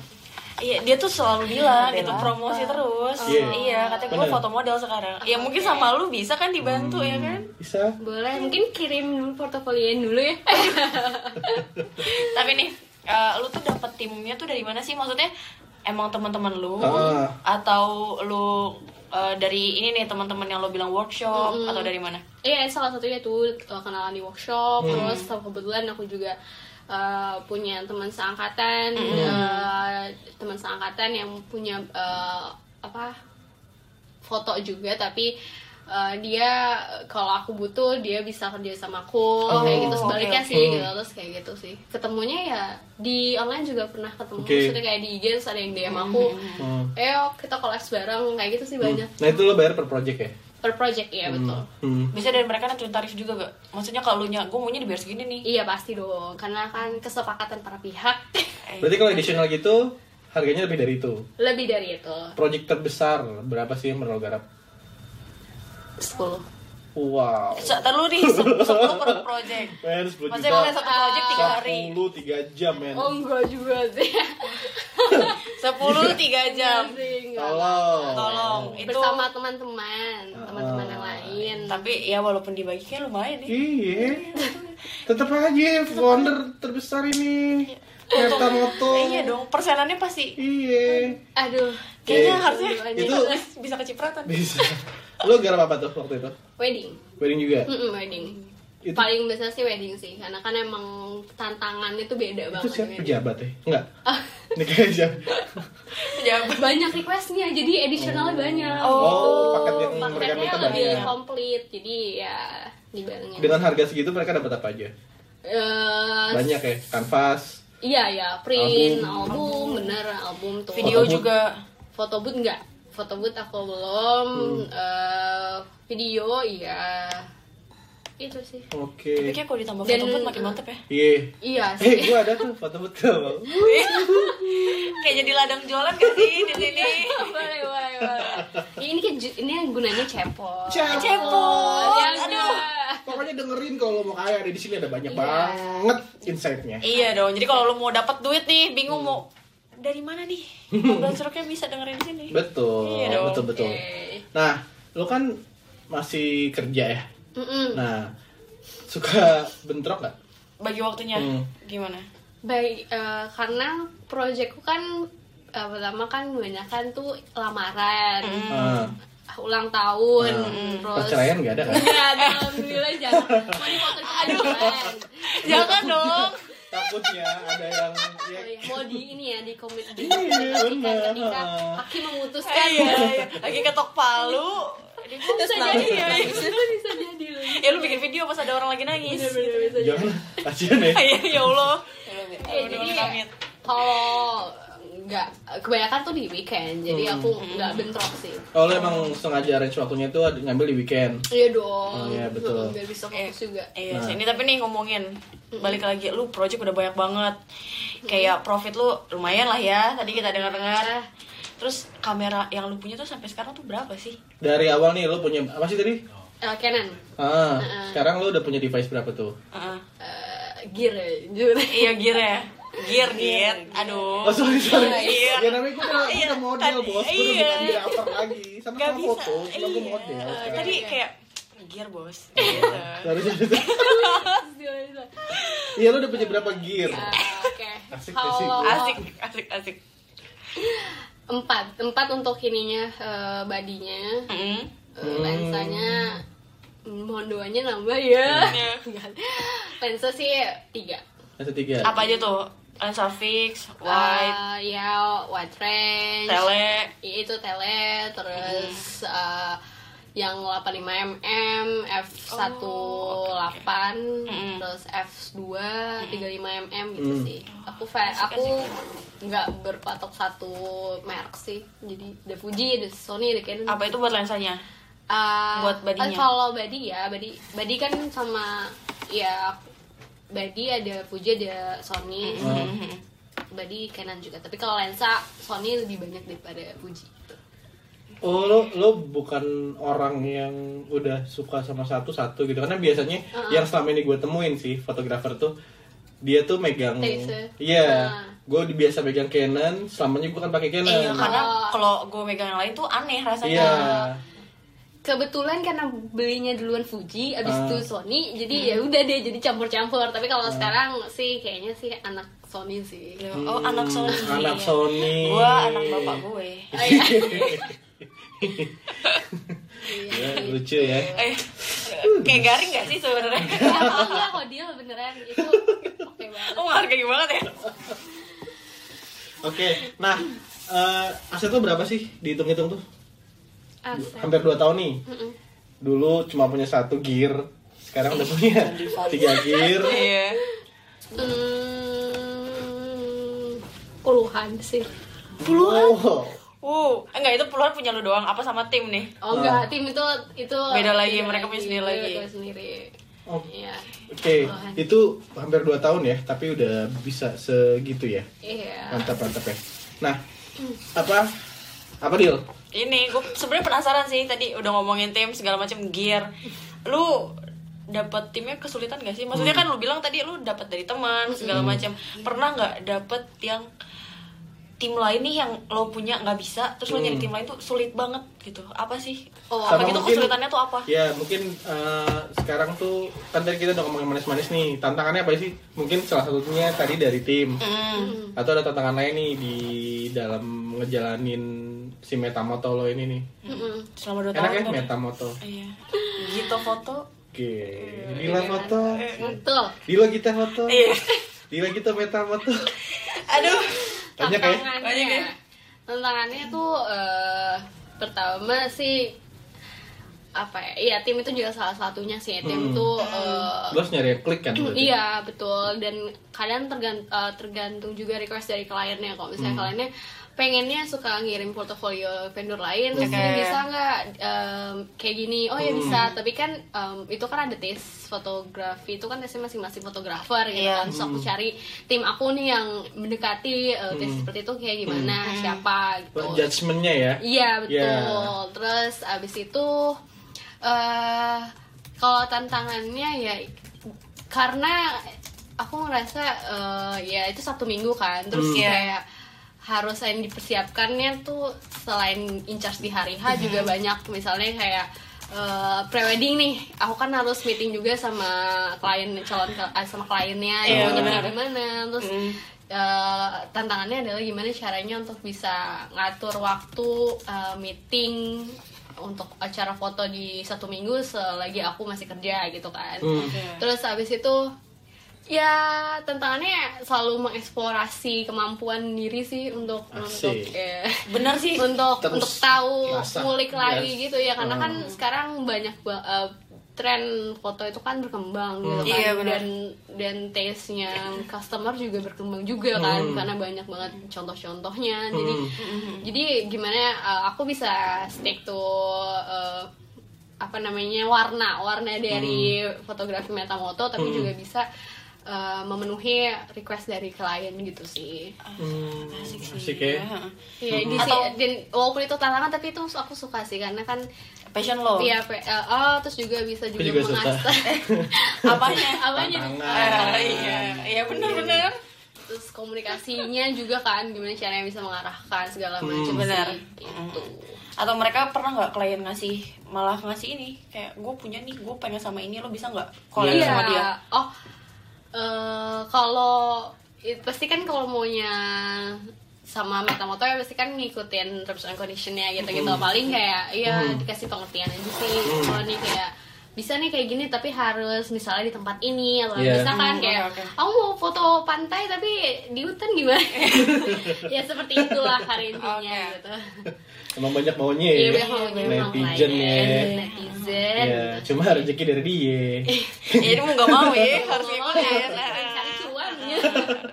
Speaker 3: Iya, dia tuh selalu bilang gitu promosi
Speaker 1: Oh.
Speaker 3: terus.
Speaker 2: Iya.
Speaker 3: Iya, katanya gue
Speaker 2: Bener.
Speaker 3: foto model sekarang. Ya mungkin sama lu bisa kan dibantu ya kan?
Speaker 2: Hmm, Bisa.
Speaker 1: Boleh mungkin kirim dulu portofolionya dulu ya.
Speaker 2: Hmm.
Speaker 3: Tapi nih, eh, lu tuh dapet timnya tuh dari mana sih? Maksudnya emang teman-teman lu
Speaker 2: Ah.
Speaker 3: atau lu eh, dari ini nih teman-teman yang lu bilang workshop atau dari mana?
Speaker 1: Iya salah satunya tuh eh, kenalan di workshop terus sama kebetulan aku juga eh, punya teman seangkatan eh, teman seangkatan yang punya eh, apa foto juga tapi eh, dia kalau aku butuh dia bisa kerja sama aku
Speaker 3: Oh,
Speaker 1: kayak gitu
Speaker 3: oke,
Speaker 1: sebaliknya
Speaker 3: oke.
Speaker 1: sih gitu terus kayak gitu sih ketemunya ya di online juga pernah ketemu
Speaker 2: Oke.
Speaker 1: maksudnya kayak di IG terus ada yang DM aku
Speaker 2: Hmm.
Speaker 1: Ayo kita kolaps bareng kayak gitu sih banyak
Speaker 2: Nah, itu lo bayar per project ya?
Speaker 1: per project ya betul.
Speaker 2: Hmm.
Speaker 3: Bisa dari mereka nentuin tarif juga gak? Maksudnya kalau lu nya gue maunya dibayar segini nih.
Speaker 1: Iya pasti dong karena kan kesepakatan para pihak (laughs)
Speaker 3: Eh,
Speaker 2: Berarti
Speaker 3: iya.
Speaker 2: kalau additional gitu harganya lebih dari itu.
Speaker 1: lebih dari itu
Speaker 2: Project terbesar berapa sih yang pernah lo garap?
Speaker 1: 10
Speaker 2: Wow.
Speaker 3: Eh, Sa- Ntar lu nih se- sepuluh per project.
Speaker 2: Men, 10
Speaker 3: Maksudnya
Speaker 2: juta.
Speaker 3: boleh satu project tiga hari.
Speaker 2: 10 3 jam, men.
Speaker 1: Oh enggak juga sih
Speaker 2: (laughs)
Speaker 3: Sepuluh tiga jam.
Speaker 1: Enggak sih, enggak.
Speaker 2: Tolong.
Speaker 3: Tolong.
Speaker 2: Oh.
Speaker 3: Itu
Speaker 1: Bersama teman-teman Teman-teman yang lain
Speaker 3: Tapi ya walaupun dibagikan lumayan nih.
Speaker 2: Iya. tetap aja founder terbesar ini Kereta motor
Speaker 3: Eh, iya dong, persenannya pasti
Speaker 2: iya
Speaker 1: Aduh,
Speaker 3: kayaknya
Speaker 2: Oke.
Speaker 3: harusnya
Speaker 2: Itu-
Speaker 3: (laughs) bisa kecipratan.
Speaker 2: bisa lo garap apa tuh waktu itu
Speaker 1: wedding.
Speaker 2: wedding juga
Speaker 1: Mm-mm, wedding.
Speaker 2: Itu-
Speaker 1: Paling besar sih wedding sih, karena kan emang tantangannya tuh beda
Speaker 2: itu
Speaker 1: banget.
Speaker 2: siapa
Speaker 1: wedding.
Speaker 2: pejabat ya enggak (laughs) nikahnya siapa
Speaker 3: Jawaban.
Speaker 1: banyak requestnya, jadi additionalnya banyak.
Speaker 3: Oh,
Speaker 2: oh paket yang mereka
Speaker 1: Paketnya
Speaker 2: minta
Speaker 1: lebih
Speaker 2: banyak
Speaker 1: komplit, jadi ya dibarengin.
Speaker 2: dengan harga segitu mereka dapat apa aja
Speaker 1: Eh,
Speaker 2: banyak ya kanvas
Speaker 1: Iya ya, print, album, bener album tuh.
Speaker 2: Foto
Speaker 3: Video
Speaker 2: booth.
Speaker 3: juga
Speaker 1: Foto booth enggak? Foto booth aku belum.
Speaker 2: Hmm.
Speaker 1: Eh, video iya. Itu sih.
Speaker 3: Tapi
Speaker 2: oke
Speaker 3: kayak kalau ditambah
Speaker 1: Dan-
Speaker 3: foto booth makin mantep ya
Speaker 2: iya
Speaker 1: Iya
Speaker 2: (laughs) eh
Speaker 1: sih.
Speaker 2: gua ada tuh foto betul
Speaker 3: Kayak jadi ladang jualan gak sih di sini?
Speaker 1: boleh, boleh, boleh. Ya, ini kan ju- ini yang gunanya cepot.
Speaker 2: Cepot.
Speaker 3: Cepot,
Speaker 1: Ya,
Speaker 3: aduh.
Speaker 1: enggak.
Speaker 2: pokoknya dengerin kalau lo mau kaya ada di sini ada banyak
Speaker 1: Iya.
Speaker 2: banget insightnya
Speaker 3: Iya dong, jadi kalau lo mau dapat duit nih, bingung mau dari mana nih? Bulan seroknya bisa dengerin di sini.
Speaker 2: betul
Speaker 3: Iya dong.
Speaker 2: betul betul
Speaker 1: Oke.
Speaker 2: nah lo kan masih kerja ya
Speaker 1: Mm-mm.
Speaker 2: nah suka bentrok nggak
Speaker 3: Bagi waktunya
Speaker 2: Hmm.
Speaker 1: (laughs)
Speaker 3: gimana?
Speaker 1: Baik, eh, karena proyekku kan eh, pertama kan banyak kan tuh lamaran,
Speaker 2: Ah,
Speaker 1: ulang tahun,
Speaker 2: Hmm.
Speaker 1: Hmm. terus (laughs)
Speaker 2: perceraian nggak ada kan
Speaker 1: Ya, alhamdulillah jangan. Mau dipotong aduh.
Speaker 3: Jangan (laughs) dong.
Speaker 2: takutnya ada yang ya,
Speaker 1: Mau di ini ya di komit di ketika
Speaker 2: Iya, benar.
Speaker 1: ketika Aki memutuskan
Speaker 3: Iya, iya. Lagi ketok palu. Dia bilang,
Speaker 1: bisa
Speaker 3: "Kenapa?"
Speaker 1: jadi (laughs) ya. Bisa bisa jadi loh.
Speaker 3: Ya lu bikin video pas ada orang lagi nangis.
Speaker 1: Benar-benar bisa jadi.
Speaker 2: jangan Iya, kasihan ya
Speaker 3: (laughs) Iya, ya Allah.
Speaker 1: Iya, jadi kalau nggak kebanyakan tuh di weekend, jadi aku nggak bentrok sih.
Speaker 2: oh lo emang sengaja arrange waktunya itu ada- ngambil di weekend
Speaker 1: Iya dong.
Speaker 2: Oh, iya, betul.
Speaker 1: Biar bisa fokus juga.
Speaker 2: Nah.
Speaker 3: Iya sih, ini tapi nih ngomongin balik lagi lu project udah banyak banget. Kayak profit lu lumayan lah ya. Tadi kita dengar-dengar.
Speaker 1: Iya.
Speaker 3: Terus kamera yang lu punya tuh sampai sekarang tuh berapa sih?
Speaker 2: dari awal nih lo punya apa sih tadi
Speaker 1: Eh, Canon.
Speaker 2: ah sekarang lo udah punya device berapa tuh
Speaker 3: Heeh.
Speaker 1: Eh, gear ya, jujur.
Speaker 3: Iya gear ya. Gear gear. Aduh.
Speaker 2: Oh sorry sorry.
Speaker 3: Iya.
Speaker 2: Ya namanya gue udah, gue udah model
Speaker 3: Tadi-
Speaker 2: bos, gue udah
Speaker 3: iya.
Speaker 2: bukan grafik lagi. Sama
Speaker 3: Gak
Speaker 2: sama
Speaker 3: bisa.
Speaker 2: foto, cuma gue
Speaker 3: Iya.
Speaker 2: model. sekarang.
Speaker 3: Tadi kayak gear bos. Gitu.
Speaker 2: Sorry, sorry, sorry. Iya lo udah punya berapa gear?
Speaker 3: Iya.
Speaker 1: Eh, Oke.
Speaker 2: Asik,
Speaker 1: Kalau
Speaker 3: Asik, asik, asik.
Speaker 1: empat, empat untuk ininya eh, badinya,
Speaker 3: Mm.
Speaker 1: Eh, lensanya mohon doanya nambah ya.
Speaker 3: Iya.
Speaker 1: Lensa sih tiga.
Speaker 2: Yang ketiga.
Speaker 3: Apa aja tuh? Lensa fix, wide,
Speaker 1: Eh, ya wide range.
Speaker 3: tele.
Speaker 1: Iya, itu tele terus eh, yang 85 mm f18
Speaker 3: Oh, Mm-mm.
Speaker 1: terus f2 35 mm gitu sih aku fa- aku nggak berpatok satu merek sih jadi ada Fuji ada Sony ada Canon
Speaker 3: Apa itu buat lensanya?
Speaker 1: Ah,
Speaker 3: Buat badinya?
Speaker 1: eh, kalau body ya body body kan sama ya body ada Fuji ada Sony
Speaker 2: Hmm.
Speaker 1: body Canon juga tapi kalau lensa Sony lebih banyak daripada Fuji
Speaker 2: Oh lo lo bukan orang yang udah suka sama satu-satu gitu karena biasanya
Speaker 3: Uh-uh.
Speaker 2: yang selama ini gue temuin sih fotografer tuh dia tuh megang
Speaker 1: Taser.
Speaker 3: Uh.
Speaker 2: iya
Speaker 1: Ah.
Speaker 2: gue biasa megang Canon selamanya gue kan pakai Canon
Speaker 3: Iya, karena kalau gue megang yang lain tuh aneh rasanya.
Speaker 2: iya
Speaker 1: kebetulan karena belinya duluan Fuji abis
Speaker 2: Ah.
Speaker 1: itu Sony jadi ya udah deh jadi campur-campur tapi kalau sekarang sih kayaknya sih anak Sony
Speaker 3: (laughs)
Speaker 1: sih
Speaker 3: Oh, anak Sony.
Speaker 2: Hmm, anak Sony
Speaker 3: Gue anak bapak gue.
Speaker 2: (laughs)
Speaker 1: Oh, iya.
Speaker 2: Ya,
Speaker 1: (laughs)
Speaker 2: lucu ya
Speaker 3: Eh, kayak garing gak sih sebenarnya?
Speaker 1: ya kalau enggak kok dia beneran itu oke banget
Speaker 3: (laughs) Oh, harga banget ya?
Speaker 2: Oke, nah eh, aset lo berapa sih dihitung-hitung tuh?
Speaker 1: Aset.
Speaker 2: Hampir 2 tahun nih. Dulu cuma punya satu gear, sekarang udah punya tiga gear.
Speaker 3: (laughs) Iya.
Speaker 1: Hmm, puluhan sih
Speaker 2: Puluhan.
Speaker 3: Uh, enggak itu puluhan punya lu doang. Apa sama tim nih?
Speaker 1: oh enggak tim itu itu
Speaker 3: Beda lagi, mereka punya sendiri lagi.
Speaker 1: mereka punya sendiri
Speaker 2: Oke,
Speaker 1: iya
Speaker 2: itu hampir 2 tahun ya, tapi udah bisa segitu ya.
Speaker 1: iya
Speaker 2: Mantap, mantap ya. Nah,
Speaker 3: Hmm.
Speaker 2: apa apa deal?
Speaker 3: Ini gue sebenarnya penasaran sih tadi udah ngomongin tim segala macam gear. Lu dapat timnya kesulitan gak sih? Maksudnya kan lu bilang tadi lu dapat dari teman segala macam. Pernah nggak dapat yang tim lain nih yang lo punya nggak bisa terus lo
Speaker 2: Hmm.
Speaker 3: nyari tim lain tuh sulit banget gitu apa sih
Speaker 1: Oh,
Speaker 3: apa
Speaker 2: Sama
Speaker 3: gitu
Speaker 2: mungkin-
Speaker 3: kesulitannya tuh apa
Speaker 2: Ya mungkin eh, sekarang tuh kan tadi kita udah ngomongin manis-manis nih. Tantangannya apa sih? Mungkin salah satunya tadi dari tim.
Speaker 3: Hmm.
Speaker 2: Atau ada tantangan lain nih di dalam ngejalanin si metamoto lo ini nih.
Speaker 1: Mm-mm.
Speaker 3: selama dua
Speaker 2: Enak
Speaker 3: tahun
Speaker 2: ya
Speaker 3: kan
Speaker 2: metamoto.
Speaker 3: iya gitu foto
Speaker 2: Oke. Dila foto.
Speaker 1: Betul.
Speaker 2: Dila kita foto.
Speaker 3: Eh. iya (laughs)
Speaker 2: Dila kita metamoto.
Speaker 3: aduh
Speaker 2: Banyak ya.
Speaker 3: Banyak ya?
Speaker 1: Tantangannya. Tantangannya tuh eh, pertama sih apa ya? Iya, tim itu juga salah satunya sih. Tim
Speaker 2: Hmm.
Speaker 1: tuh eh,
Speaker 2: Lo harus nyari yang klik kan? berarti?
Speaker 1: Iya betul dan kadang tergan- eh, tergantung juga request dari kliennya kalau misalnya kliennya pengennya suka ngirim portofolio vendor lain terus
Speaker 3: Oke.
Speaker 1: ini bisa nggak em, kayak gini oh ya bisa tapi kan em, itu kan ada tes fotografi itu kan tesnya masing-masing fotografer gitu
Speaker 3: Iya.
Speaker 1: kan terus aku cari tim aku nih yang mendekati eh, tes seperti itu kayak gimana siapa gitu
Speaker 2: Lo Judgementnya ya.
Speaker 1: Iya betul.
Speaker 2: Iya.
Speaker 1: Terus abis itu eh kalau tantangannya ya karena aku ngerasa eh, ya itu satu minggu kan. Terus
Speaker 3: Hmm. Iya.
Speaker 1: kayak harus yang dipersiapkannya tuh selain incas di hari
Speaker 3: Hmm.
Speaker 1: H juga banyak misalnya kayak eh, prewedding nih aku kan harus meeting juga sama klien calon eh, sama kliennya
Speaker 3: Iya,
Speaker 1: ya
Speaker 3: benar.
Speaker 1: gimana terus
Speaker 2: Hmm.
Speaker 3: Mm.
Speaker 1: eh, tantangannya adalah gimana caranya untuk bisa ngatur waktu eh, meeting untuk acara foto di satu minggu selagi aku masih kerja gitu kan
Speaker 2: Hmm.
Speaker 1: terus habis itu ya tantangannya selalu mengeksplorasi kemampuan diri sih untuk untuk
Speaker 2: Asik.
Speaker 1: eh,
Speaker 3: bener sih
Speaker 1: untuk
Speaker 2: Terus
Speaker 1: untuk tahu
Speaker 2: ngasah,
Speaker 1: ngulik lagi
Speaker 2: yes.
Speaker 1: gitu ya karena kan
Speaker 2: Hmm.
Speaker 1: sekarang banyak ba- eh, tren foto itu kan berkembang gitu
Speaker 2: Hmm.
Speaker 1: kan
Speaker 3: Iya, benar.
Speaker 1: dan dan taste-nya customer juga berkembang juga kan
Speaker 2: Hmm.
Speaker 1: karena banyak banget contoh-contohnya
Speaker 2: Hmm.
Speaker 1: jadi jadi gimana eh, aku bisa stick to eh, apa namanya warna warna dari fotografi metamoto tapi
Speaker 2: Hmm.
Speaker 1: juga bisa eh, memenuhi request dari klien gitu sih
Speaker 2: Hmm,
Speaker 3: asik sih
Speaker 2: Asik ya.
Speaker 3: Heeh.
Speaker 1: Ya, di
Speaker 3: Atau-
Speaker 1: si- dan walaupun itu tantangan tapi itu aku suka sih karena kan
Speaker 3: passion lo
Speaker 1: iya pe- eh, oh terus juga bisa juga,
Speaker 2: juga suka.
Speaker 1: mengasah (laughs)
Speaker 3: apanya
Speaker 1: apanya nih?
Speaker 2: Tantangan.
Speaker 3: Ah, iya iya bener bener
Speaker 1: terus komunikasinya juga kan gimana caranya bisa mengarahkan segala
Speaker 2: Hmm.
Speaker 1: macam
Speaker 3: Benar.
Speaker 1: sih gitu.
Speaker 3: atau mereka pernah nggak klien ngasih malah ngasih ini kayak gue punya nih gue pengen sama ini lo bisa nggak collab
Speaker 1: Iya.
Speaker 3: sama dia
Speaker 1: Oh, eh, kalau it- pasti kan kalau maunya sama metamoto ya pasti kan ngikutin terms and conditionnya gitu-gitu
Speaker 2: Mm-hmm.
Speaker 1: paling kayak ya dikasih pengertian aja sih kalau nih kayak bisa nih kayak gini tapi harus misalnya di tempat ini atau
Speaker 2: Iya.
Speaker 1: bisa kan
Speaker 3: Hmm,
Speaker 1: kayak
Speaker 3: oke, oke.
Speaker 1: aku mau foto pantai tapi di hutan
Speaker 2: (laughs)
Speaker 1: gimana ya seperti itulah hari intinya
Speaker 3: Oke.
Speaker 1: gitu
Speaker 2: Emang banyak maunya ya.
Speaker 1: Iya, banyak maunya Iya. emang
Speaker 2: Netizen ya.
Speaker 1: klien, netizen
Speaker 2: Ya, cuma rezeki dari dia.
Speaker 1: (laughs)
Speaker 3: ya ini mau nggak mau ya harus
Speaker 1: Kalau
Speaker 3: ikut
Speaker 1: nggak,
Speaker 3: ya
Speaker 1: cari cuan ya.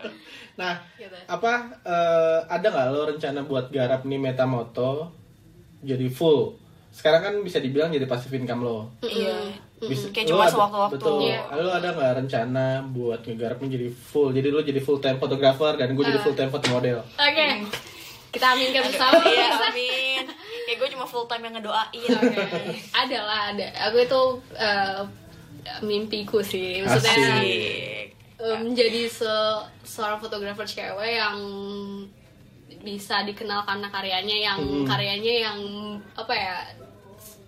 Speaker 3: (laughs)
Speaker 2: Nah,
Speaker 1: Gitu.
Speaker 2: apa eh, ada nggak lo rencana buat garap nih metamoto jadi full? Sekarang kan bisa dibilang jadi passive income lo.
Speaker 3: iya
Speaker 2: Bisa- lo
Speaker 3: Kayak cuma
Speaker 2: ada-
Speaker 3: sewaktu-waktu.
Speaker 2: Betul.
Speaker 1: Iya.
Speaker 2: Lo ada nggak rencana buat ngegarapnya jadi full? Jadi lo jadi full time photographer dan gue jadi
Speaker 1: Eh.
Speaker 2: full time photo model.
Speaker 1: Oke.
Speaker 2: Hmm.
Speaker 1: Kita aminkan bersama. ya.
Speaker 2: (laughs)
Speaker 3: iya amin kayak gue cuma full time yang ngedoain
Speaker 1: Ada lah, ada. Aku itu eh, mimpiku sih. Maksudnya
Speaker 2: Asik.
Speaker 3: Asik.
Speaker 1: eh, menjadi se- seorang fotografer cewek yang bisa dikenal karena karyanya yang
Speaker 2: Hmm.
Speaker 1: karyanya yang apa ya?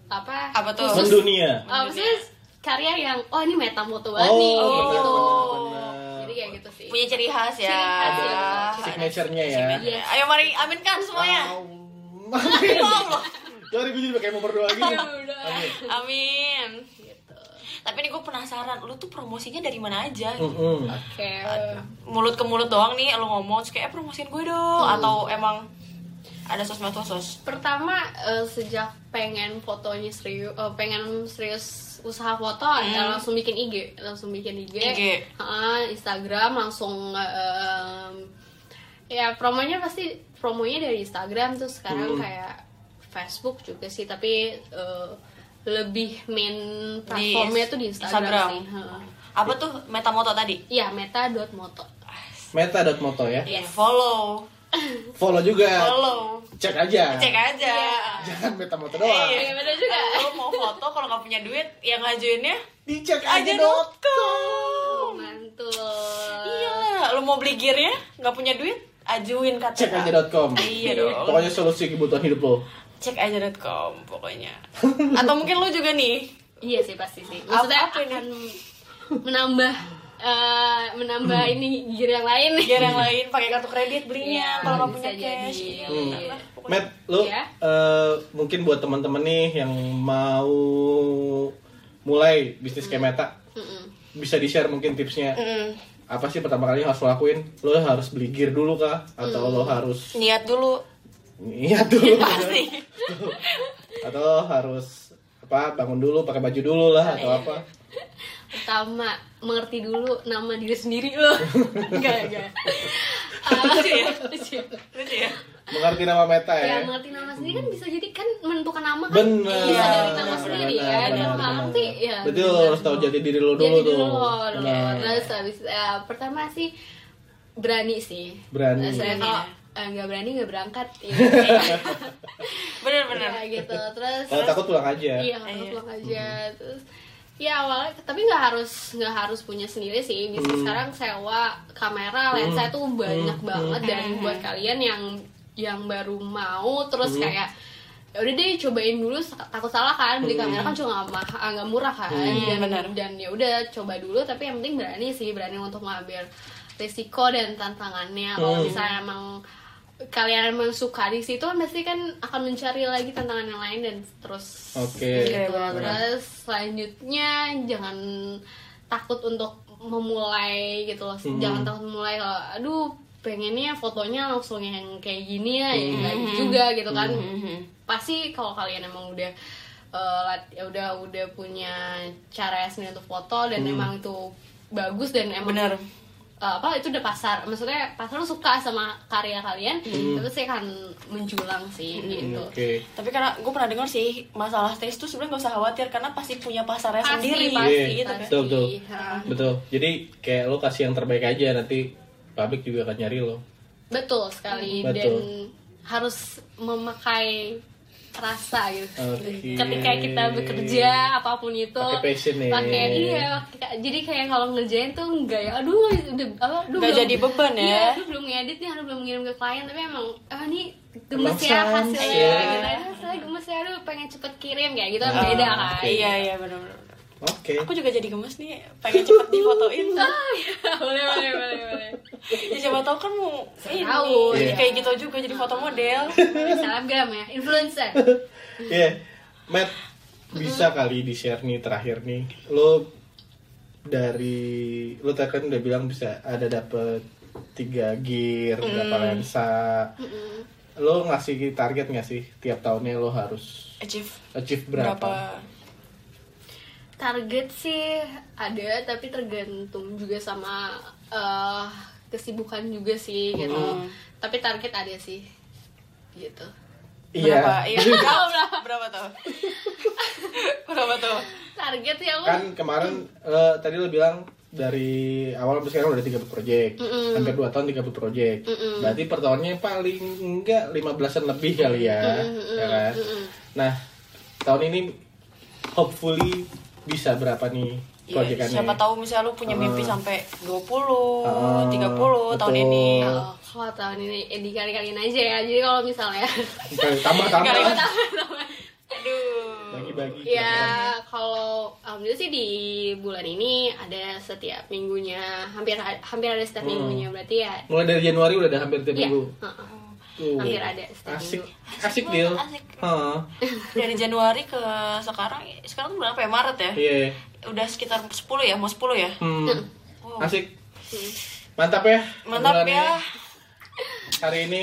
Speaker 1: Apa?
Speaker 3: Apa tuh?
Speaker 1: khusus-
Speaker 2: Mendunia.
Speaker 1: eh, maksudnya karya yang oh ini metamoto banget
Speaker 2: Oh, iya,
Speaker 1: nih
Speaker 2: benar,
Speaker 1: gitu.
Speaker 2: benar,
Speaker 1: Jadi kayak gitu sih.
Speaker 3: punya ciri khas ya
Speaker 1: Ciri khas, iya.
Speaker 2: Ah, Signature-nya ya.
Speaker 1: Iya.
Speaker 3: ayo mari aminkan semuanya
Speaker 2: Amin. (laughs)
Speaker 1: (laughs)
Speaker 2: Sorry, gue jadi pakai mau berdoa gitu.
Speaker 1: udah.
Speaker 2: Amin.
Speaker 3: amin
Speaker 1: Gitu.
Speaker 3: tapi ini gue penasaran lu tuh promosinya dari mana aja
Speaker 2: Mm-mm.
Speaker 1: Oke. um,
Speaker 3: Iya. mulut ke mulut doang nih lu ngomong terus kayak eh, promosiin gue dong
Speaker 1: Hmm.
Speaker 3: atau emang ada sosmed sos
Speaker 1: pertama eh, sejak pengen fotonya serius eh, pengen serius usaha foto ya langsung bikin IG langsung bikin IG,
Speaker 3: IG.
Speaker 1: Heeh, Instagram langsung eh, em, ya promonya pasti promonya dari Instagram terus sekarang kayak Facebook juga sih tapi eh, lebih main platformnya tuh di Instagram,
Speaker 3: Instagram.
Speaker 1: sih Heeh.
Speaker 3: apa tuh metamoto tadi
Speaker 1: Iya, meta.moto
Speaker 2: Meta.moto ya.
Speaker 3: Iya, follow
Speaker 2: Follow juga.
Speaker 3: follow
Speaker 2: Cek aja.
Speaker 3: cek aja
Speaker 2: Jangan metamoto doang.
Speaker 3: Iya.
Speaker 1: Iya, bener juga
Speaker 3: lu mau foto kalau nggak punya duit yang ngajuinnya
Speaker 2: Dicek aja dot.
Speaker 3: aja.com
Speaker 1: mantul
Speaker 3: Iya, lu mau beli gearnya nggak punya duit ajuin kata
Speaker 2: Cek aja.com.
Speaker 3: Iya dong.
Speaker 2: Pokoknya solusi kebutuhan hidup lo.
Speaker 3: cek aja.com pokoknya atau mungkin lu juga nih
Speaker 1: Iya sih pasti sih. Maksudnya
Speaker 3: Apa- apa ini?
Speaker 1: akan menambah eh, menambah
Speaker 2: Hmm.
Speaker 1: ini gear yang lain nih.
Speaker 3: biar yang lain pakai kartu kredit belinya
Speaker 1: Iya,
Speaker 3: kalau nggak
Speaker 1: bisa
Speaker 3: punya cash
Speaker 1: jadi.
Speaker 3: Iya,
Speaker 1: Hmm.
Speaker 3: bener lah, pokoknya.
Speaker 2: Matt, lu
Speaker 1: Iya.
Speaker 2: eh, mungkin buat teman-teman nih yang mau mulai bisnis kayak Meta, bisa di-share mungkin tipsnya.
Speaker 3: Mm,
Speaker 2: Apa sih pertama kali yang harus lo lakuin? Lo harus beli gear dulu kah? Atau lo
Speaker 3: (laughs)
Speaker 2: harus
Speaker 3: niat dulu
Speaker 2: niat dulu?
Speaker 3: Iya,
Speaker 1: (laughs)
Speaker 2: gitu.
Speaker 3: pasti
Speaker 2: Atau harus apa bangun dulu pakai baju dulu lah atau apa
Speaker 1: Pertama mengerti dulu nama diri sendiri
Speaker 2: (laughs)
Speaker 1: lo. Enggak enggak. Ah, (laughs) lucu ya?
Speaker 3: Lucu ya?
Speaker 2: mengerti nama meta
Speaker 1: ya
Speaker 2: ya,
Speaker 1: mengerti nama sendiri kan bisa jadi kan menentukan nama kan
Speaker 2: benar
Speaker 1: bisa dari
Speaker 3: Iya,
Speaker 1: nama
Speaker 3: benar,
Speaker 1: sendiri kan
Speaker 2: benar, benar,
Speaker 1: kalau nggak
Speaker 2: benar.
Speaker 1: ngerti ya
Speaker 2: betul
Speaker 1: benar.
Speaker 2: harus tahu jati diri lo dulu
Speaker 1: Jadi
Speaker 2: tuh Iya.
Speaker 1: dulu, dulu.
Speaker 2: Benar.
Speaker 1: terus habis eh, pertama sih berani sih
Speaker 2: Berani.
Speaker 1: Terus saya kalau eh, nggak berani nggak berangkat
Speaker 2: (laughs)
Speaker 1: ya,
Speaker 3: bener-bener
Speaker 1: Ya, gitu terus
Speaker 2: kalau takut pulang aja
Speaker 1: iya kalau
Speaker 3: Iya.
Speaker 1: pulang aja terus ya awalnya tapi nggak harus nggak harus punya sendiri sih bisa sekarang sewa kamera lensa itu banyak banget dan buat kalian yang yang baru mau terus kayak "Ya udah deh cobain dulu sa- takut salah kan beli kamera kan cuma nggak mah- ah, nggak murah kan dan
Speaker 3: Iya, benar.
Speaker 1: dan ya udah coba dulu tapi yang penting berani sih berani untuk ngambil risiko dan tantangannya kalau misalnya emang kalian emang suka di situ kan pasti kan akan mencari lagi tantangan yang lain dan terus
Speaker 2: Oke.
Speaker 1: gitu.
Speaker 3: Iya, benar-benar.
Speaker 1: terus selanjutnya jangan takut untuk memulai gitu loh
Speaker 2: Hmm.
Speaker 1: jangan takut memulai kalau aduh pengennya fotonya langsung yang kayak gini ya ya
Speaker 2: Hmm.
Speaker 1: nggak juga gitu kan
Speaker 3: Hmm.
Speaker 1: pasti kalau kalian emang udah eh, lat- ya udah udah punya cara sendiri untuk foto dan
Speaker 2: Hmm.
Speaker 1: emang itu bagus dan emang
Speaker 3: bener
Speaker 1: Uh, apa itu udah pasar maksudnya pasar lu suka sama karya kalian terus sih akan menjulang sih gitu
Speaker 2: Hmm. oke
Speaker 3: tapi karena gue pernah dengar sih masalah taste tuh sebenarnya gak usah khawatir karena pasti punya pasarnya
Speaker 1: Pasti,
Speaker 3: sendiri
Speaker 1: pasti,
Speaker 2: Iya,
Speaker 3: gitu kan
Speaker 2: betul, betul.
Speaker 1: Ha.
Speaker 2: betul jadi kayak lo kasih yang terbaik aja nanti publik juga akan nyari lo
Speaker 1: betul sekali
Speaker 2: Hmm. Betul.
Speaker 1: dan harus memakai rasa gitu
Speaker 2: Oke.
Speaker 1: ketika kita bekerja apapun itu
Speaker 2: Pakai passion ya.
Speaker 1: pakai iya pakai- jadi kayak kalau ngerjain tuh enggak ya aduh udah apa aduh,
Speaker 3: Nggak
Speaker 1: belum-
Speaker 3: jadi beban ya.
Speaker 1: iya aduh belum ngedit nih aduh belum ngirim ke klien tapi emang ah ini gemes
Speaker 2: Belum
Speaker 1: ya
Speaker 2: sans,
Speaker 1: hasilnya
Speaker 2: ya.
Speaker 1: gitu ya hasilnya gemes ya aduh pengen cepet kirim kayak gitu
Speaker 2: Ah,
Speaker 1: beda kan
Speaker 3: iya iya bener-bener
Speaker 2: oke
Speaker 3: aku juga jadi gemes nih pengen cepet
Speaker 1: (laughs)
Speaker 3: difotoin
Speaker 1: Ah, iya. (laughs) boleh boleh boleh boleh
Speaker 3: ya siapa tahu kan mau ini
Speaker 1: tahu,
Speaker 3: jadi
Speaker 1: iya.
Speaker 3: kayak gitu juga jadi
Speaker 1: (laughs)
Speaker 3: foto model
Speaker 1: Instagram ya influencer
Speaker 2: Iya, Matt bisa kali di share nih terakhir nih lo dari lo tadi kan udah bilang bisa ada dapet tiga gear berapa lensa lo ngasih target nggak sih tiap tahunnya lo harus
Speaker 3: achieve
Speaker 2: achieve berapa,
Speaker 3: berapa
Speaker 1: target sih ada tapi tergantung juga sama eh, kesibukan juga sih gitu
Speaker 2: Hmm.
Speaker 1: tapi target ada sih gitu
Speaker 2: (laughs)
Speaker 3: berapa
Speaker 2: iya
Speaker 3: iya tahu lah berapa tuh (laughs) berapa tuh
Speaker 1: target ya aku
Speaker 2: kan kemarin eh, tadi lo bilang dari awal sampai sekarang udah 30 project hampir 2 tahun 30 project berarti per tahunnya paling enggak 15an lebih kali ya ya kan? nah tahun ini hopefully bisa berapa nih
Speaker 3: Iya,
Speaker 2: proyekannya
Speaker 3: siapa tahu misalnya lu punya mimpi sampai 20,
Speaker 2: Ah,
Speaker 3: 30 tahun
Speaker 2: betul.
Speaker 3: ini.
Speaker 1: Oh, wah, tahun ini eh, dikali-kaliin aja ya jadi kalau
Speaker 2: (laughs)
Speaker 1: misalnya
Speaker 2: tambah tambah
Speaker 3: Aduh.
Speaker 2: bagi-bagi
Speaker 1: ya kalau alhamdulillah sih di bulan ini ada setiap minggunya hampir hampir ada setiap minggunya berarti ya
Speaker 2: mulai dari Januari udah ada hampir tiap
Speaker 1: Iya,
Speaker 2: Hmm. minggu
Speaker 1: heeh.
Speaker 2: Tuh.
Speaker 1: Hampir ada setiap
Speaker 2: asik
Speaker 1: minggu.
Speaker 2: asik deal
Speaker 3: Asik.
Speaker 2: Heeh.
Speaker 3: Dari Januari ke sekarang, sekarang tuh berapa ya? Maret ya?
Speaker 2: iya
Speaker 3: Udah sekitar 10 ya, mau 10 ya?
Speaker 2: Hmm.
Speaker 3: Wow.
Speaker 2: asik mantap ya
Speaker 3: Oh. Mantap
Speaker 2: bulan ini.
Speaker 3: ya.
Speaker 2: hari ini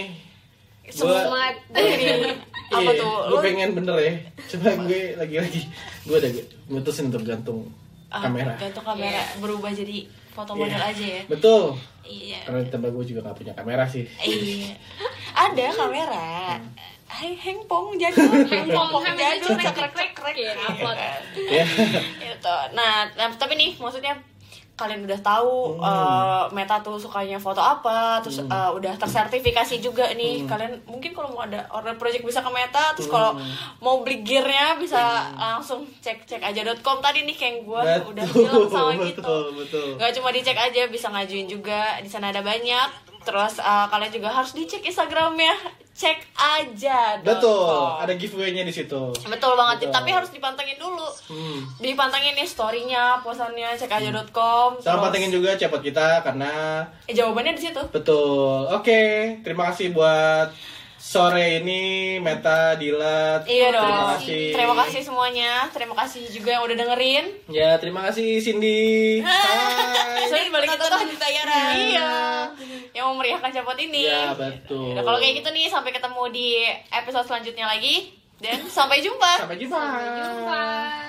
Speaker 2: gua-
Speaker 1: semangat
Speaker 2: (laughs)
Speaker 3: Ini apa
Speaker 2: Iya,
Speaker 3: tuh? Lu
Speaker 2: Gue pengen bener ya. Coba gue lagi-lagi gue udah mutusin untuk gantung
Speaker 3: ah,
Speaker 2: kamera.
Speaker 3: Gantung kamera berubah jadi foto model
Speaker 2: Iya.
Speaker 3: aja ya.
Speaker 2: Betul.
Speaker 3: Iya.
Speaker 2: Karena ditambah gue juga gak punya kamera
Speaker 3: (laughs)
Speaker 2: sih.
Speaker 3: Iya. Ada kamera. Heng hengpong jadul, hengpong
Speaker 1: Hengpong
Speaker 3: jadul,
Speaker 1: jadul,
Speaker 3: krek krek krek
Speaker 1: Iya, upload.
Speaker 2: Ya.
Speaker 3: gitu. Nah, nah, tapi nih maksudnya kalian udah tahu
Speaker 2: Hmm.
Speaker 3: eh, Meta tuh sukanya foto apa, terus eh, udah tersertifikasi juga
Speaker 2: Hmm.
Speaker 3: nih. Kalian mungkin kalau mau ada order project bisa ke Meta, terus kalau
Speaker 2: Hmm.
Speaker 3: mau beli gearnya bisa langsung cek cek aja.com tadi nih kayak gue udah bilang sama
Speaker 2: betul,
Speaker 3: gitu.
Speaker 2: betul.
Speaker 3: Gak cuma dicek aja, bisa ngajuin juga. Di sana ada banyak Terus eh, kalian juga harus dicek Instagramnya, cek aja.
Speaker 2: Betul, ada giveaway-nya di situ.
Speaker 3: Betul banget,
Speaker 2: Betul.
Speaker 3: tapi harus dipantengin dulu.
Speaker 2: Hmm.
Speaker 3: Dipantengin nih story-nya, posannya cek aja.com.
Speaker 2: Sama pantengin juga cepot kita karena
Speaker 3: Eh, jawabannya di situ.
Speaker 2: betul. Oke, terima kasih buat sore ini Meta Dilat.
Speaker 3: Iya dong.
Speaker 2: Terima kasih.
Speaker 3: Terima kasih semuanya. Terima kasih juga yang udah dengerin.
Speaker 2: Ya, terima kasih
Speaker 3: (laughs)
Speaker 2: Cindy. Bye.
Speaker 3: Saya balik kita
Speaker 1: Tetap di tayaran.
Speaker 3: Iya. Yang mau meriahkan copot ini.
Speaker 2: Ya, betul.
Speaker 3: Yaudah, kalau kayak gitu nih sampai ketemu di episode selanjutnya lagi dan sampai jumpa.
Speaker 2: Sampai jumpa.
Speaker 1: Sampai jumpa.